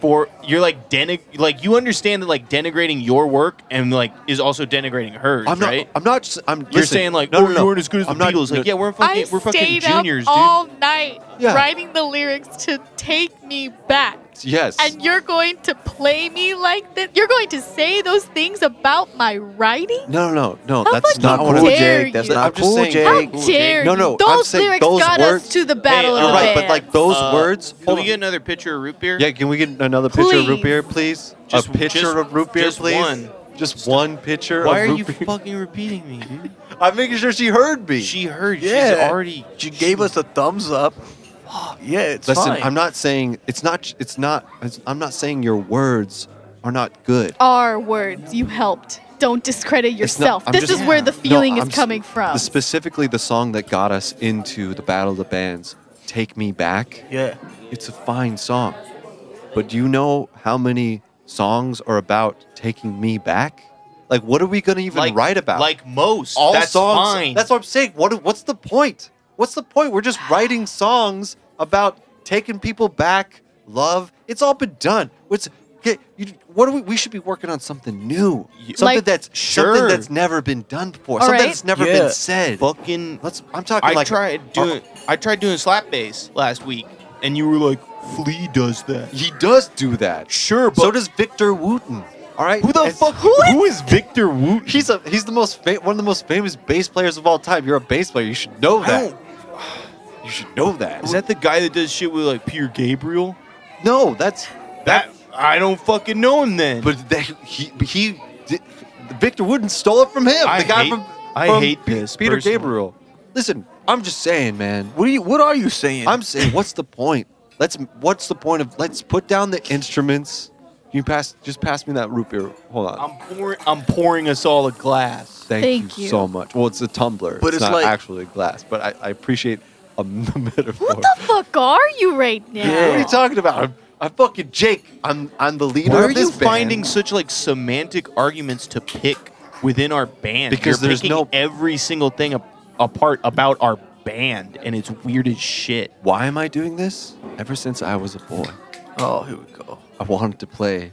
S2: for you're like denig like you understand that like denigrating your work and like is also denigrating hers,
S1: I'm not
S2: right?
S1: I'm not s- I'm
S2: you're
S1: listen,
S2: saying like
S1: no,
S2: oh,
S1: no, no.
S2: you weren't as good as
S1: I'm
S2: the
S1: not-
S2: Beatles.
S1: no,
S2: like yeah, we're fucking we're fucking
S3: stayed
S2: juniors,
S3: up
S2: dude.
S3: all night
S1: Yeah.
S3: writing the lyrics to take me back.
S1: yes.
S3: And you're going to play me like that? You're going to say those things about my writing?
S1: no, no, no, no.
S3: How
S1: That's
S3: much
S1: not what I'm
S3: dare
S4: Jake. That's
S3: you?
S4: not
S1: I'm just
S4: cool,
S1: saying-
S4: Jake.
S3: How
S1: Hey,
S3: dare
S1: no,
S3: you?
S1: no, I'm
S3: Those
S1: saying
S3: lyrics
S1: those
S3: got
S1: words-
S3: us to the
S2: Hey,
S3: battle of
S1: You're
S3: the
S1: right, but
S3: bands.
S1: like those
S2: Uh,
S1: words.
S2: Can
S1: hold
S2: we
S1: on.
S2: get another picture of root beer?
S1: Yeah, can we get another picture of root
S3: Please.
S1: beer, please?
S2: Just-
S1: a picture
S2: just-
S1: of root beer,
S2: just
S1: please.
S2: one.
S1: Just one picture.
S2: Why
S1: of
S2: are
S1: root
S2: you
S1: beer?
S2: fucking repeating me, dude?
S1: <laughs> I'm making sure she heard me.
S2: She heard. She's
S4: Yeah.
S2: already.
S4: she gave us a thumbs up. <gasps> Fuck, yeah, it's
S1: Listen,
S4: fine.
S1: I'm not saying it's not. It's not. It's, I'm not saying your words are not good.
S3: Our words, you helped. Don't discredit
S1: It's not-
S3: yourself.
S1: I'm
S3: this
S1: just-
S3: is where the
S1: No,
S3: feeling
S1: I'm
S3: is
S1: s-
S3: coming from.
S1: the- specifically, the song that got us into the Battle of the Bands, "Take Me Back."
S4: yeah,
S1: It's a fine song, but do you know how many songs are about taking me back? Like, what are we gonna even
S2: like,
S1: write about?
S2: Like most.
S1: all
S2: that's
S1: songs.
S2: Fine.
S1: That's what I'm saying. What what's the point? What's the point? We're just writing songs about taking people back, love. It's all been done. What's get you, what do we we should be working on something new.
S2: You-
S1: Something
S3: Like-
S1: that's something
S2: Sure.
S1: that's never been done before.
S3: All
S1: something
S3: right.
S1: that's never
S4: Yeah.
S1: been said.
S2: fucking.
S1: Let's I'm talking
S2: I
S1: like uh,
S2: tried doing. I tried doing slap bass last week, and you were like, "Flea does that."
S1: he does do that.
S2: Sure, but
S1: so does Victor Wooten. All right?
S2: who the
S1: It's-
S2: fuck? who is Victor Wooten?
S1: He's a he's the most fa- one of the most famous bass players of all time. You're a bass player. You should know
S2: I
S1: that.
S2: don't-
S1: You should know that.
S2: Is that the guy that does shit with like Peter Gabriel?
S1: no, that's
S2: That I don't fucking know him then.
S1: But that, he he did, Victor Wooden stole it from him.
S2: I
S1: the guy
S2: hate-
S1: from,
S2: I
S1: from
S2: hate this
S1: Peter
S2: personally.
S1: Gabriel. Listen, I'm just saying,
S2: <laughs>
S1: man.
S4: what are you? What are you saying?
S1: I'm saying, what's the point? Let's. What's the point of? Let's put down the instruments. Can you pass? Just pass me that root beer. Hold on.
S2: I'm pouring. I'm pouring us all a glass.
S1: thank,
S5: Thank
S1: you,
S5: you.
S1: so much. Well, it's a tumbler,
S4: But it's
S1: not
S4: like-
S1: actually a glass. But I, I appreciate a <laughs> metaphor.
S3: what the fuck are you right now?
S1: What are you talking about? I'm, I'm fucking Jake. I'm I'm the leader
S2: Why are
S1: of this
S2: you
S1: band.
S2: finding such like semantic arguments to pick within our band?
S1: Because
S2: You're
S1: there's
S2: picking
S1: no-
S2: every single thing a- apart about our band, and it's weird as shit.
S1: Why am I doing this? Ever since I was a boy,
S4: Oh, here we go.
S1: I wanted to play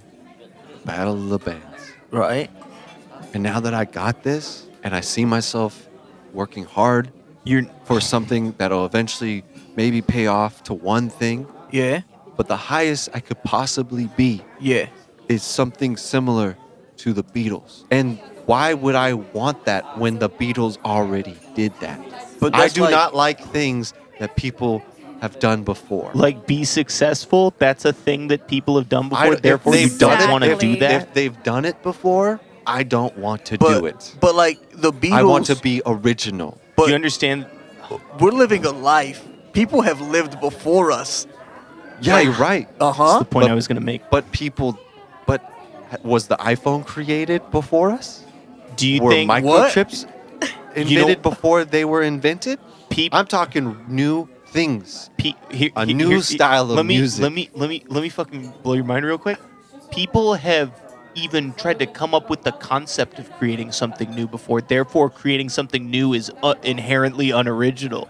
S1: Battle of the Bands.
S4: Right?
S1: And now that I got this and I see myself working hard
S2: You're
S1: for something that'll eventually maybe pay off to one thing,
S4: Yeah.
S1: but the highest I could possibly be
S4: Yeah.
S1: is something similar to the Beatles. And why would I want that when the Beatles already did that?
S4: But
S1: I
S4: that's
S1: do
S4: like-
S1: not like things that people have done before.
S2: like be successful. That's a thing that people have done
S1: I-
S2: before.
S1: if
S2: Therefore, you
S1: they've done
S2: don't
S1: it-
S2: want to
S1: if-
S2: do
S6: Exactly.
S2: that.
S1: If they've done it before, I don't want to
S4: But,
S1: do it.
S4: But like the Beatles.
S1: I want to be original.
S4: But
S2: do you understand?
S4: we're living a life. People have lived before us.
S1: Yeah, you're right.
S4: Uh
S2: That's
S4: huh.
S2: the point
S1: But-
S2: I was going to make.
S1: But people, but ha- was the iPhone created before us?
S2: Do you
S1: were
S2: think
S4: What?
S1: microchips invented
S2: You know-
S1: before they were invented?
S2: people?
S1: I'm talking new things.
S2: Pe- here,
S1: A
S2: he-
S1: new
S2: here-
S1: style of
S2: let me,
S1: music.
S2: Let me let me let me fucking blow your mind real quick. People have even tried to come up with the concept of creating something new before. Therefore, creating something new is uh, inherently unoriginal.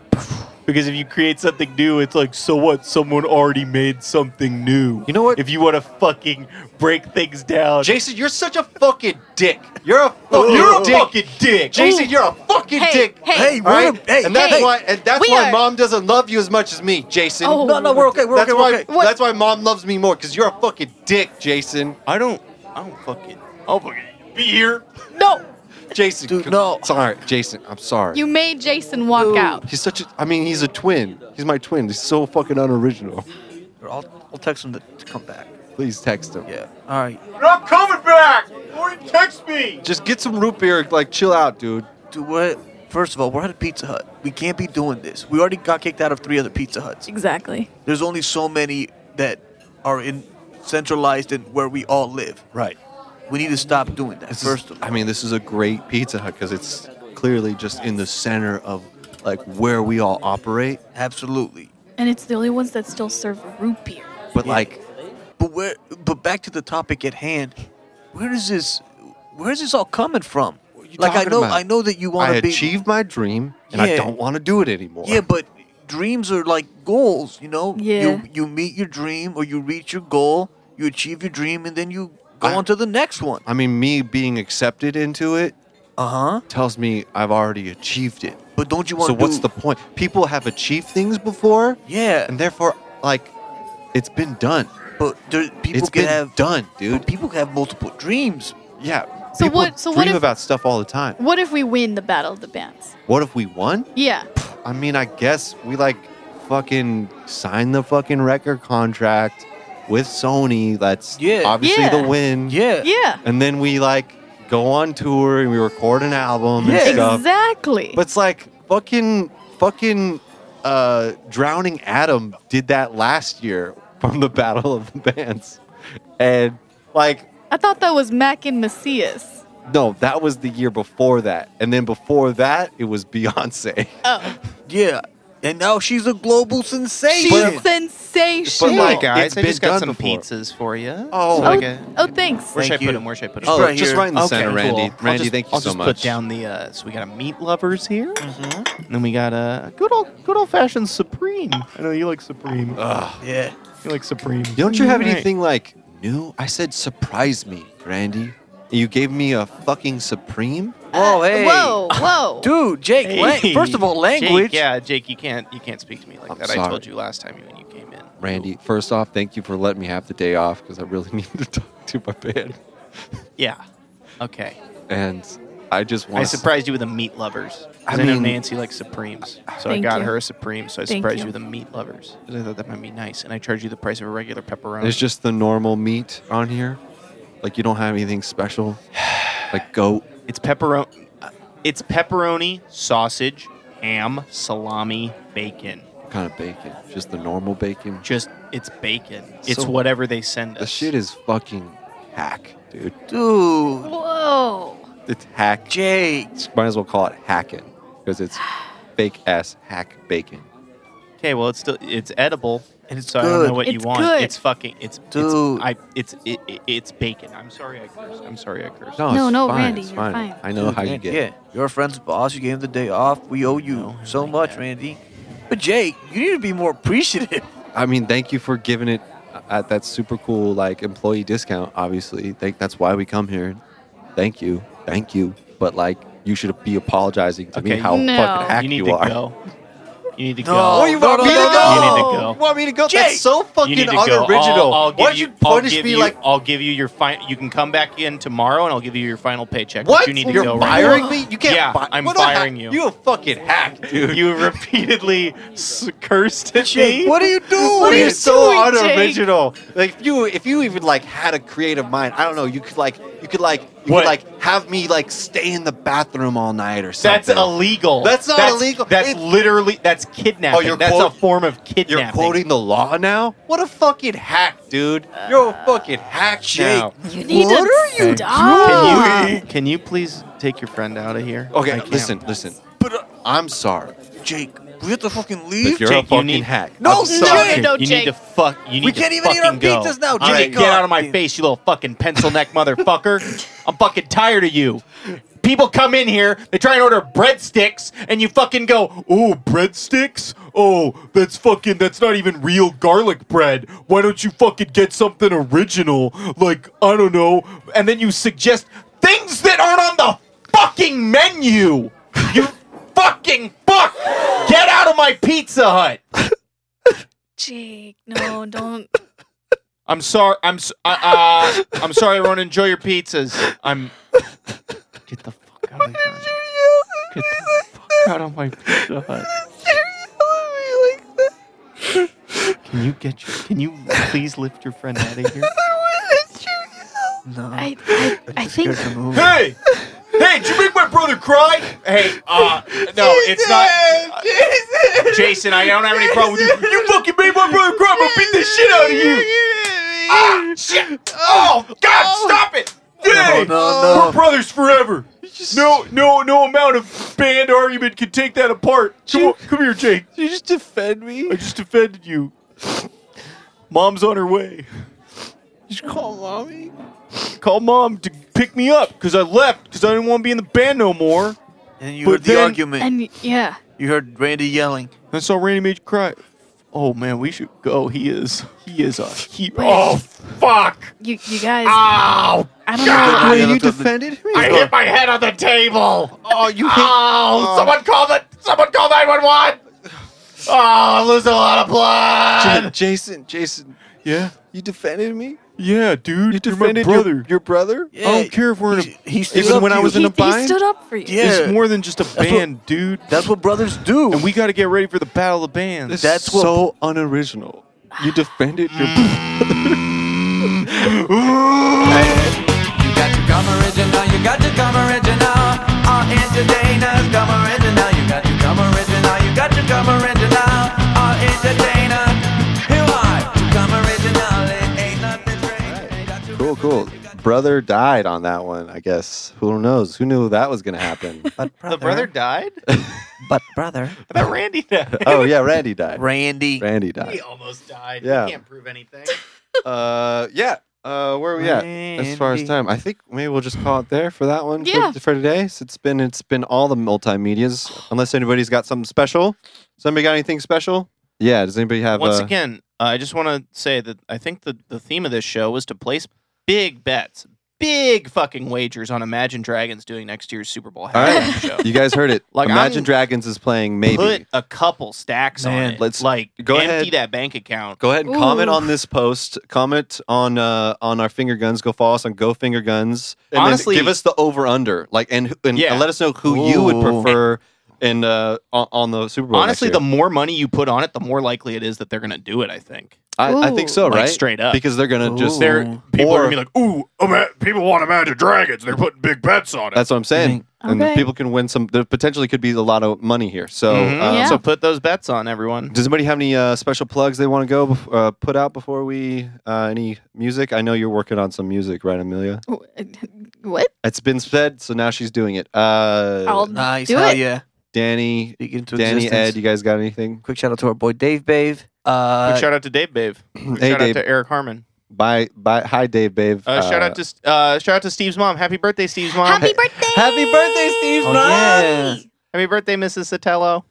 S2: Because if you create something new, it's like so what? Someone already made something new.
S1: You know what?
S2: If you want to fucking break things down, Oh,
S1: Jason, you're such a fucking dick. You're <laughs> a fucking
S2: you're a
S1: dick.
S2: fucking dick.
S1: Jason, you're a fucking
S3: Hey,
S1: dick.
S3: hey,
S4: Hey,
S1: All
S4: we're
S1: right?
S4: hey,
S1: and that's
S4: hey.
S1: why and that's
S3: We
S1: why
S3: are-
S1: mom doesn't love you as much as me, Jason.
S6: Oh.
S4: No, no, we're okay. We're
S1: that's
S4: okay.
S1: why
S4: We're okay.
S3: What?
S1: that's why mom loves me more because you're a fucking dick, Jason.
S2: I don't. I don't fucking. I don't fucking be here.
S3: No,
S1: Jason,
S4: Dude,
S1: c-
S4: no.
S1: sorry, Jason. I'm sorry.
S3: you made Jason walk out.
S1: He's such a. I mean, he's a twin. He's my twin. He's so fucking unoriginal.
S4: I'll, I'll text him to, to come back.
S1: Please text him.
S4: Yeah. All right.
S2: I'm coming back. Or text me.
S1: Just get some root beer. Like, chill out, dude.
S4: Dude, we're first of all, we're at a Pizza Hut. We can't be doing this. We already got kicked out of three other Pizza Huts.
S6: Exactly.
S4: There's only so many that are in centralized in where we all live.
S1: Right.
S4: We need to stop doing that.
S1: This
S4: first
S1: is,
S4: of all,
S1: I mean, this is a great Pizza Hut because it's clearly just in the center of like where we all operate.
S4: absolutely.
S6: And it's the only ones that still serve root beer.
S1: But
S4: Yeah.
S1: like,
S4: But where? But back to the topic at hand. Where is this? Where is this all coming from?
S1: you
S4: Like I
S1: talking
S4: know,
S1: about?
S4: I know that you want
S1: I
S4: to be.
S1: achieved my dream, and I
S4: Yeah.
S1: don't want to do it anymore.
S4: Yeah, but dreams are like goals. You know.
S6: Yeah.
S4: You you meet your dream or you reach your goal, you achieve your dream, and then you go
S1: I-
S4: on to the next one.
S1: I mean, me being accepted into it
S4: Uh huh.
S1: tells me I've already achieved it.
S4: But don't you want?
S1: Uh-huh. So
S4: to
S1: what's the point? People have achieved things before,
S4: Yeah,
S1: and therefore, like, it's been done.
S4: but there, people
S1: it's
S4: can
S1: been
S4: have
S1: done,
S4: but
S1: dude.
S4: people can have multiple dreams.
S1: Yeah.
S3: So
S1: people
S3: what- so what
S1: dream
S3: if-
S1: about stuff all the time.
S3: What if we win the battle of the bands?
S1: What if we won?
S3: Yeah,
S1: I mean, I guess we like fucking sign the fucking record contract with Sony. That's
S4: Yeah.
S1: obviously
S3: Yeah.
S1: the win.
S4: Yeah,
S3: yeah,
S1: And then we like go on tour and we record an album
S4: Yeah.
S1: and stuff.
S3: exactly.
S1: But it's like fucking fucking uh Drowning Adam did that last year from the Battle of the Bands. And like
S3: I thought that was Mac and Macias.
S1: no, that was the year before that. And then before that, it was Beyonce.
S3: Oh,
S4: yeah. And now she's a global
S3: she's
S4: sensation.
S1: But
S3: sensational.
S1: like, uh,
S2: Hey
S1: it's
S2: guys, I
S1: been
S2: just got
S1: done
S2: some
S1: before.
S2: pizzas for you.
S1: Oh.
S2: like
S3: oh,
S2: a-
S3: oh, thanks.
S2: where should I put
S4: Thank you.
S2: them? Where should I put them?
S1: Oh,
S4: right
S1: just
S4: here.
S1: right in the
S2: Okay,
S1: center,
S2: cool.
S1: Randy.
S2: I'll
S1: Randy,
S2: just-
S1: thank you
S2: I'll
S1: so
S2: just
S1: much.
S2: put down the. Uh, so we got a meat lovers here, and then we got a good old, good old fashioned supreme. I know you like supreme.
S1: Ugh.
S4: yeah.
S2: you like supreme.
S1: Don't you have
S2: All right.
S1: anything like new? I said surprise me, Randy. You gave me a fucking supreme.
S4: Whoa, hey,
S3: Whoa, whoa.
S4: dude, Jake.
S2: Hey.
S4: la- first of all, language.
S2: Jake, yeah, Jake, you can't, you can't speak to me like
S1: I'm
S2: that. I
S1: sorry.
S2: told you last time when you came in.
S1: Randy, first off, thank you for letting me have the day off because I really <laughs> needed to talk to my band.
S2: Yeah. Okay.
S1: And I just
S2: I
S1: want
S2: surprised you with a meat lovers. 'cause
S1: I
S2: I, know
S1: mean-
S2: Nancy likes supremes, so I
S6: Thank
S2: got
S6: you.
S2: her a supreme. So I
S6: Thank
S2: surprised
S6: you.
S2: you. with a meat lovers. 'cause I thought that might be nice, and I charged you the price of a regular pepperoni.
S1: There's just the normal meat on here. Like you don't have anything special. <sighs> Like goat.
S2: It's pepperoni. It's pepperoni, sausage, ham, salami, bacon.
S1: What kind of bacon? Just the normal bacon.
S2: Just it's bacon. It's
S1: So-
S2: whatever they send us.
S1: The shit is fucking hack, dude.
S4: dude,
S3: Whoa.
S1: It's hack.
S4: Jake.
S1: Might as well call it hacking because it's fake ass hack bacon.
S2: Okay, well, it's still it's edible,
S4: And it's
S2: so I don't
S4: good.
S2: know what you
S3: It's
S2: want.
S3: good.
S2: It's fucking it's
S4: Dude.
S2: It's, I it's it, it- it's bacon. I'm sorry I cursed. I'm sorry I cursed.
S1: No,
S3: No,
S1: it's
S3: no,
S1: fine,
S3: Randy,
S1: it's
S3: you're
S1: fine.
S3: fine.
S1: I know how you
S4: Dude,
S1: get.
S4: Yeah, you're a friend's boss. You gave him the day off. We owe you so much, Randy. But Jake, you need to be more appreciative. <laughs>
S1: I mean, thank you for giving it uh, at that super cool like employee discount. Obviously, Thank- that's why we come here. Thank you, thank you. But like, you should be apologizing to me
S2: Okay,
S1: how
S3: No.
S1: fucking hack
S2: you
S1: you,
S2: need to
S1: are. <laughs>
S2: go. You need to
S4: No.
S2: go.
S4: Oh, you want me to
S2: go? You need to go.
S1: want me to go?
S4: Jake,
S1: that's so fucking
S2: You need to go. I'll,
S1: unoriginal.
S2: I'll give
S1: Why don't
S2: you,
S1: you punish
S2: I'll give
S1: me
S2: you,
S1: like?
S2: I'll give you your fine. You can come back in tomorrow, and I'll give you your final paycheck.
S1: What?
S2: But you need to
S1: You're
S2: go right
S1: firing
S2: now.
S1: me? You can't.
S2: Yeah,
S1: fi-
S2: I'm
S1: what do I-
S2: firing you.
S1: You a fucking hack, dude.
S2: You repeatedly s- cursed at
S4: Jake,
S2: me.
S4: what are you doing?
S1: What
S3: are you
S1: is so
S3: doing, Jake?
S1: unoriginal. Like if you if you even like had a creative mind, I don't know. You could like you could like you
S2: What?
S1: could like have me like stay in the bathroom all night or something.
S2: That's illegal.
S1: That's not illegal.
S2: That's
S1: It-
S2: literally that's kidnapping.
S1: you're
S2: that's
S1: quote-
S2: a form of kidnapping.
S1: You're quoting the law now. What a fucking hack, dude.
S2: Uh,
S1: You're a fucking hack, Jake.
S2: Now,
S3: You need
S1: What
S3: to
S1: are you
S3: stop.
S2: Can you can you please take your friend out of here? I
S1: Okay,
S2: can't.
S1: listen, listen.
S4: But uh,
S1: I'm sorry.
S4: Jake, we have to fucking
S1: If
S4: leave.
S1: you're
S2: Jake,
S1: a
S2: you
S1: fucking
S2: need-
S1: hack.
S4: No,
S1: I'm
S4: no,
S1: sorry.
S7: no, no,
S2: you
S7: Jake.
S2: need to fuck. You need
S4: We
S2: to
S4: can't even eat our
S2: fucking go.
S4: pizzas now,
S2: All
S4: Jake.
S2: right, get out of my
S4: God.
S2: face, you little fucking pencil neck motherfucker. I'm fucking tired of you. People come in here, they try and order breadsticks, and you fucking go, "Oh, breadsticks? Oh, that's fucking that's not even real garlic bread. Why don't you fucking get something original? Like I don't know." And then you suggest things that aren't on the fucking menu. You fucking fuck! Get out of my Pizza Hut.
S3: Jake, no, don't.
S2: I'm sorry. I'm s- uh, uh, I'm sorry, everyone. Enjoy your pizzas. I'm. Get the fuck out of here. Get the fuck out of my pizza hut. Can you get your? Can you please lift your friend out of here?
S1: <laughs>
S4: No,
S3: I, I, I think
S4: Here's the movie.
S2: Hey, hey! Did you make my brother cry? Hey, uh, no, it's not. Jason, I don't have any problem with <laughs> you. You fucking made my brother cry. I'm gonna beat the shit out of you. <laughs> Ah, shit! Oh, God, stop it!
S4: No,
S2: Hey,
S4: no,
S2: We're
S4: no.
S2: brothers forever. No, no, no amount of band argument can take that apart. Come, on, come here, Jake.
S1: You just defend me.
S2: I just defended you. Mom's on her way.
S1: Just call mommy.
S2: Call mom to pick me up because I left because I didn't want to be in the band no more.
S4: And you
S2: But
S4: heard the
S2: then-
S4: argument.
S3: and yeah,
S4: you heard Randy yelling.
S2: I saw Randy made you cry. Oh man, we should go. He is, he is a he. Oh fuck!
S3: you you guys.
S1: Ah,
S2: Ow!
S3: I don't know.
S4: Wait,
S1: you
S4: you
S1: defended
S4: defended
S1: me.
S2: I hit my head on the table.
S1: oh, you hit.
S2: Oh, someone call the someone call nine one one. Oh, I'm losing a lot of blood.
S1: J- Jason, Jason,
S2: Yeah,
S1: you defended me.
S2: yeah, dude.
S1: You defended your- Your, brother.
S4: Yeah,
S2: care if we're
S4: he, he stood
S1: Even
S4: up
S1: when
S4: to
S1: I
S4: you.
S1: was
S3: He,
S1: in a
S3: he
S1: bind.
S3: stood up for you.
S4: Yeah.
S2: more than just a
S4: what-
S2: dude.
S4: That's what brothers do.
S2: we got to get ready for the battle of bands.
S1: This
S4: That's
S1: is
S4: what-
S1: so unoriginal. You defended your.
S8: You got your gum original, you got your gum original. All into Dana's gum original. You got your gum original, you got your gum original. All into Dana. You are your gum original. It ain't nothing strange.
S1: Cool, cool. Brother died on that one, I guess. Who knows? Who knew that was going to <laughs> happen?
S4: but brother,
S2: The brother died.
S4: but brother,
S2: I thought Randy died.
S1: oh, yeah, Randy died.
S4: Randy.
S1: Randy
S2: He
S1: died.
S2: almost died.
S1: Yeah.
S2: We can't prove anything.
S1: Uh, yeah. Uh, where are we at as far as
S4: Randy.
S1: time? I think maybe we'll just call it there for that one
S7: Yeah.
S1: for, for today. So it's been it's been all the multimedias. Unless anybody's got something special. Somebody got anything special? Yeah. Does anybody have?
S2: Once
S1: uh,
S2: again, uh, I just want to say that I think the, the theme of this show was to place big bets, big fucking wagers on Imagine Dragons doing next year's Super Bowl halftime
S1: right. <laughs>
S2: show.
S1: you guys heard it.
S2: Like,
S1: Imagine
S2: I'm-
S1: Dragons is playing. Maybe.
S2: Put a couple stacks
S4: Man,
S2: on it.
S1: let's-
S2: like
S1: go
S2: empty
S1: ahead.
S2: that bank account.
S1: Go ahead and comment
S3: Ooh.
S1: on this post. Comment on uh, on our finger guns. Go follow us on Go Finger Guns. And then
S2: Honestly-
S1: give us the over under. Like and and,
S2: Yeah.
S1: and let us know who you would
S4: Ooh.
S1: prefer in uh, on, on the Super Bowl.
S2: Honestly, the
S1: next year.
S2: more money you put on it, the more likely it is that they're going to do it. I think.
S1: I, I think so,
S2: Like
S1: right?
S2: straight up.
S1: because they're gonna just.
S4: Ooh. They're-
S1: people are gonna be
S2: like, "Ooh, people want Imagine Dragons. They're putting big bets on
S1: That's what I'm saying. And
S3: Okay.
S1: people can win some. There potentially could be a lot of money here. So, uh,
S3: Yeah.
S2: Mm-hmm. So put those bets on everyone.
S1: does anybody have any uh, special plugs they want to go bef- uh, put out before we uh, any music? I know you're working on some music, right, Amelia?
S3: What?
S1: It's been said, so now she's doing it. Uh,
S3: I'll
S4: Nice.
S3: do
S4: hell
S3: it.
S4: yeah.
S1: Danny,
S4: Speak into
S1: Danny,
S4: existence.
S1: Ed, you guys got anything?
S4: Quick shout out to our boy Dave Bave. Uh,
S2: Quick shout out to Dave Babe. Quick
S1: hey,
S2: shout
S1: Dave.
S2: out to Eric Harmon.
S1: Bye, bye. Hi, Dave, babe.
S2: Uh, shout out to uh, shout out to Steve's mom. Happy birthday, Steve's mom.
S7: Happy birthday!
S1: Uh, Happy birthday, Steve's
S4: oh,
S1: mom.
S4: yeah.
S2: Happy birthday, Mrs. Sotelo.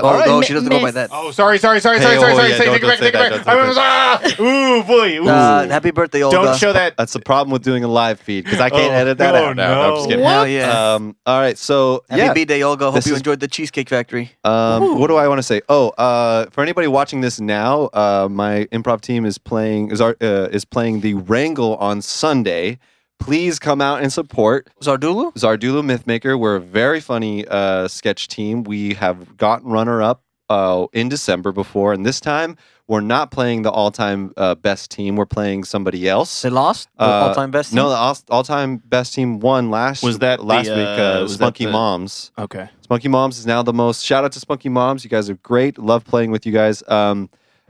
S4: oh
S1: all right.
S4: no, she doesn't go by
S7: Miss-
S4: that.
S2: Oh, sorry, sorry, sorry,
S1: Hey,
S2: sorry,
S1: oh,
S2: sorry, sorry.
S1: yeah,
S2: Say-
S1: don't-
S2: take it back,
S1: don't
S2: take it
S1: say
S2: back.
S1: that,
S2: I
S1: don't
S2: was, ah, ooh, boy, ooh.
S4: Uh, happy birthday, Olga.
S2: don't show that.
S1: That's the problem with doing a live feed because I can't
S2: Oh,
S1: edit that
S2: no,
S1: out. No, I'm just kidding.
S4: Hell yeah.
S1: Um, all right, so
S4: happy
S1: yeah,
S4: B-Day, Olga. Hope
S1: This
S4: you
S1: is-
S4: enjoyed the Cheesecake Factory.
S1: Um, what do I want to say? Oh, uh, for anybody watching this now, uh, my improv team is playing is our, uh, is playing the Wrangle on Sunday. Please come out and support
S4: Zardulu?
S1: Zardulu Mythmaker. We're a very funny uh, sketch team. We have gotten runner up uh, in December before, and this time we're not playing the all time uh, best team. We're playing somebody else.
S4: They lost? The
S1: Uh,
S4: all-time best?
S1: No,
S4: team?
S1: the all time best team won last
S2: Was that the,
S1: last week?
S2: uh,
S1: Uh,
S2: was that
S1: Spunky
S2: the-
S1: Moms.
S2: Okay.
S1: Spunky Moms is now the most. Shout out to Spunky Moms. You guys are great. Love playing with you guys. Um,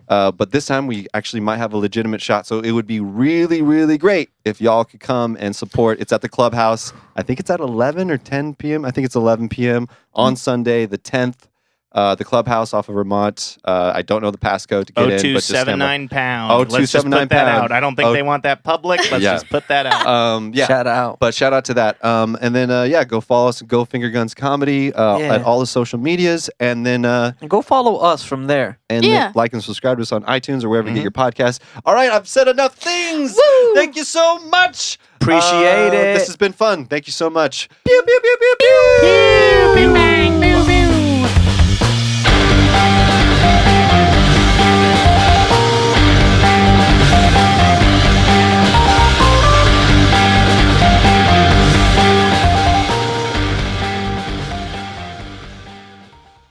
S1: uh, but this time we actually might have a legitimate shot. So it would be really, really great if y'all could come and support. It's at the clubhouse. I think it's at 11 or 10 p.m. I think it's 11 p.m. on Sunday, the 10th. Uh, the clubhouse off of Vermont. Uh, I don't know the passcode to get in, but just stand Oh, by.
S2: 0279 pound. Let's just
S1: 0279
S2: put that
S1: pound.
S2: out. I don't think
S1: Oh.
S2: they want that public. Let's
S1: Yeah.
S2: just put that
S1: <laughs>
S2: out.
S1: Um, yeah,
S4: Shout out.
S1: but shout out to that. Um, and then uh, yeah, go follow us at Go Finger Guns Comedy uh,
S4: Yeah.
S1: at all the social medias, and then uh,
S4: And go follow us from there.
S1: and
S7: Yeah.
S1: like and subscribe to us on iTunes or wherever you get
S4: Mm-hmm.
S1: your podcast. All right, I've said enough things. Thank you so much.
S4: Appreciate
S1: Uh,
S4: it.
S1: This has been fun. Thank you so much.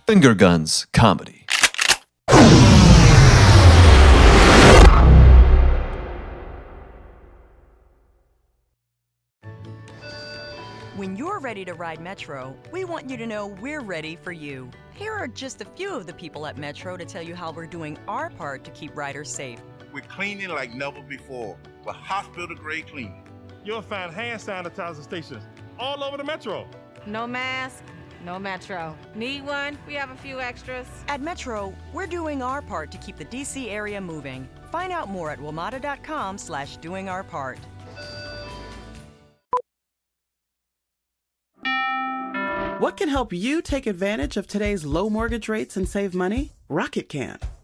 S9: Finger Guns Comedy.
S10: When you're ready to ride Metro, we want you to know we're ready for you. Here are just a few of the people at Metro to tell you how we're doing our part to keep riders safe.
S11: We're cleaning like never before with hospital grade cleaning.
S12: You'll find hand sanitizer stations all over the metro.
S13: No mask, no metro. Need one? We have a few extras.
S10: At Metro, we're doing our part to keep the DC area moving. Find out more at WMATA.com slash doing our part.
S13: What can help you take advantage of today's low mortgage rates and save money? Rocket can.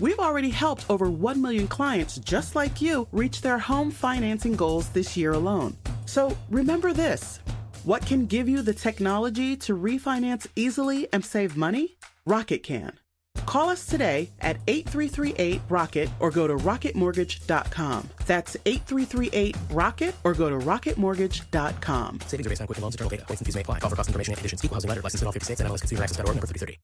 S13: We've already helped over 1 million clients just like you reach their home financing goals this year alone. So remember this what can give you the technology to refinance easily and save money? Rocket can. Call us today at 8338 Rocket or go to rocketmortgage.com. That's 8338 Rocket or go to rocketmortgage.com.
S12: Savings are based on quick loans, internal data, points and fees may apply. Call for cost information and conditions. Equal housing letter, license in all 50 states, and MLS consumer access.org, number 330.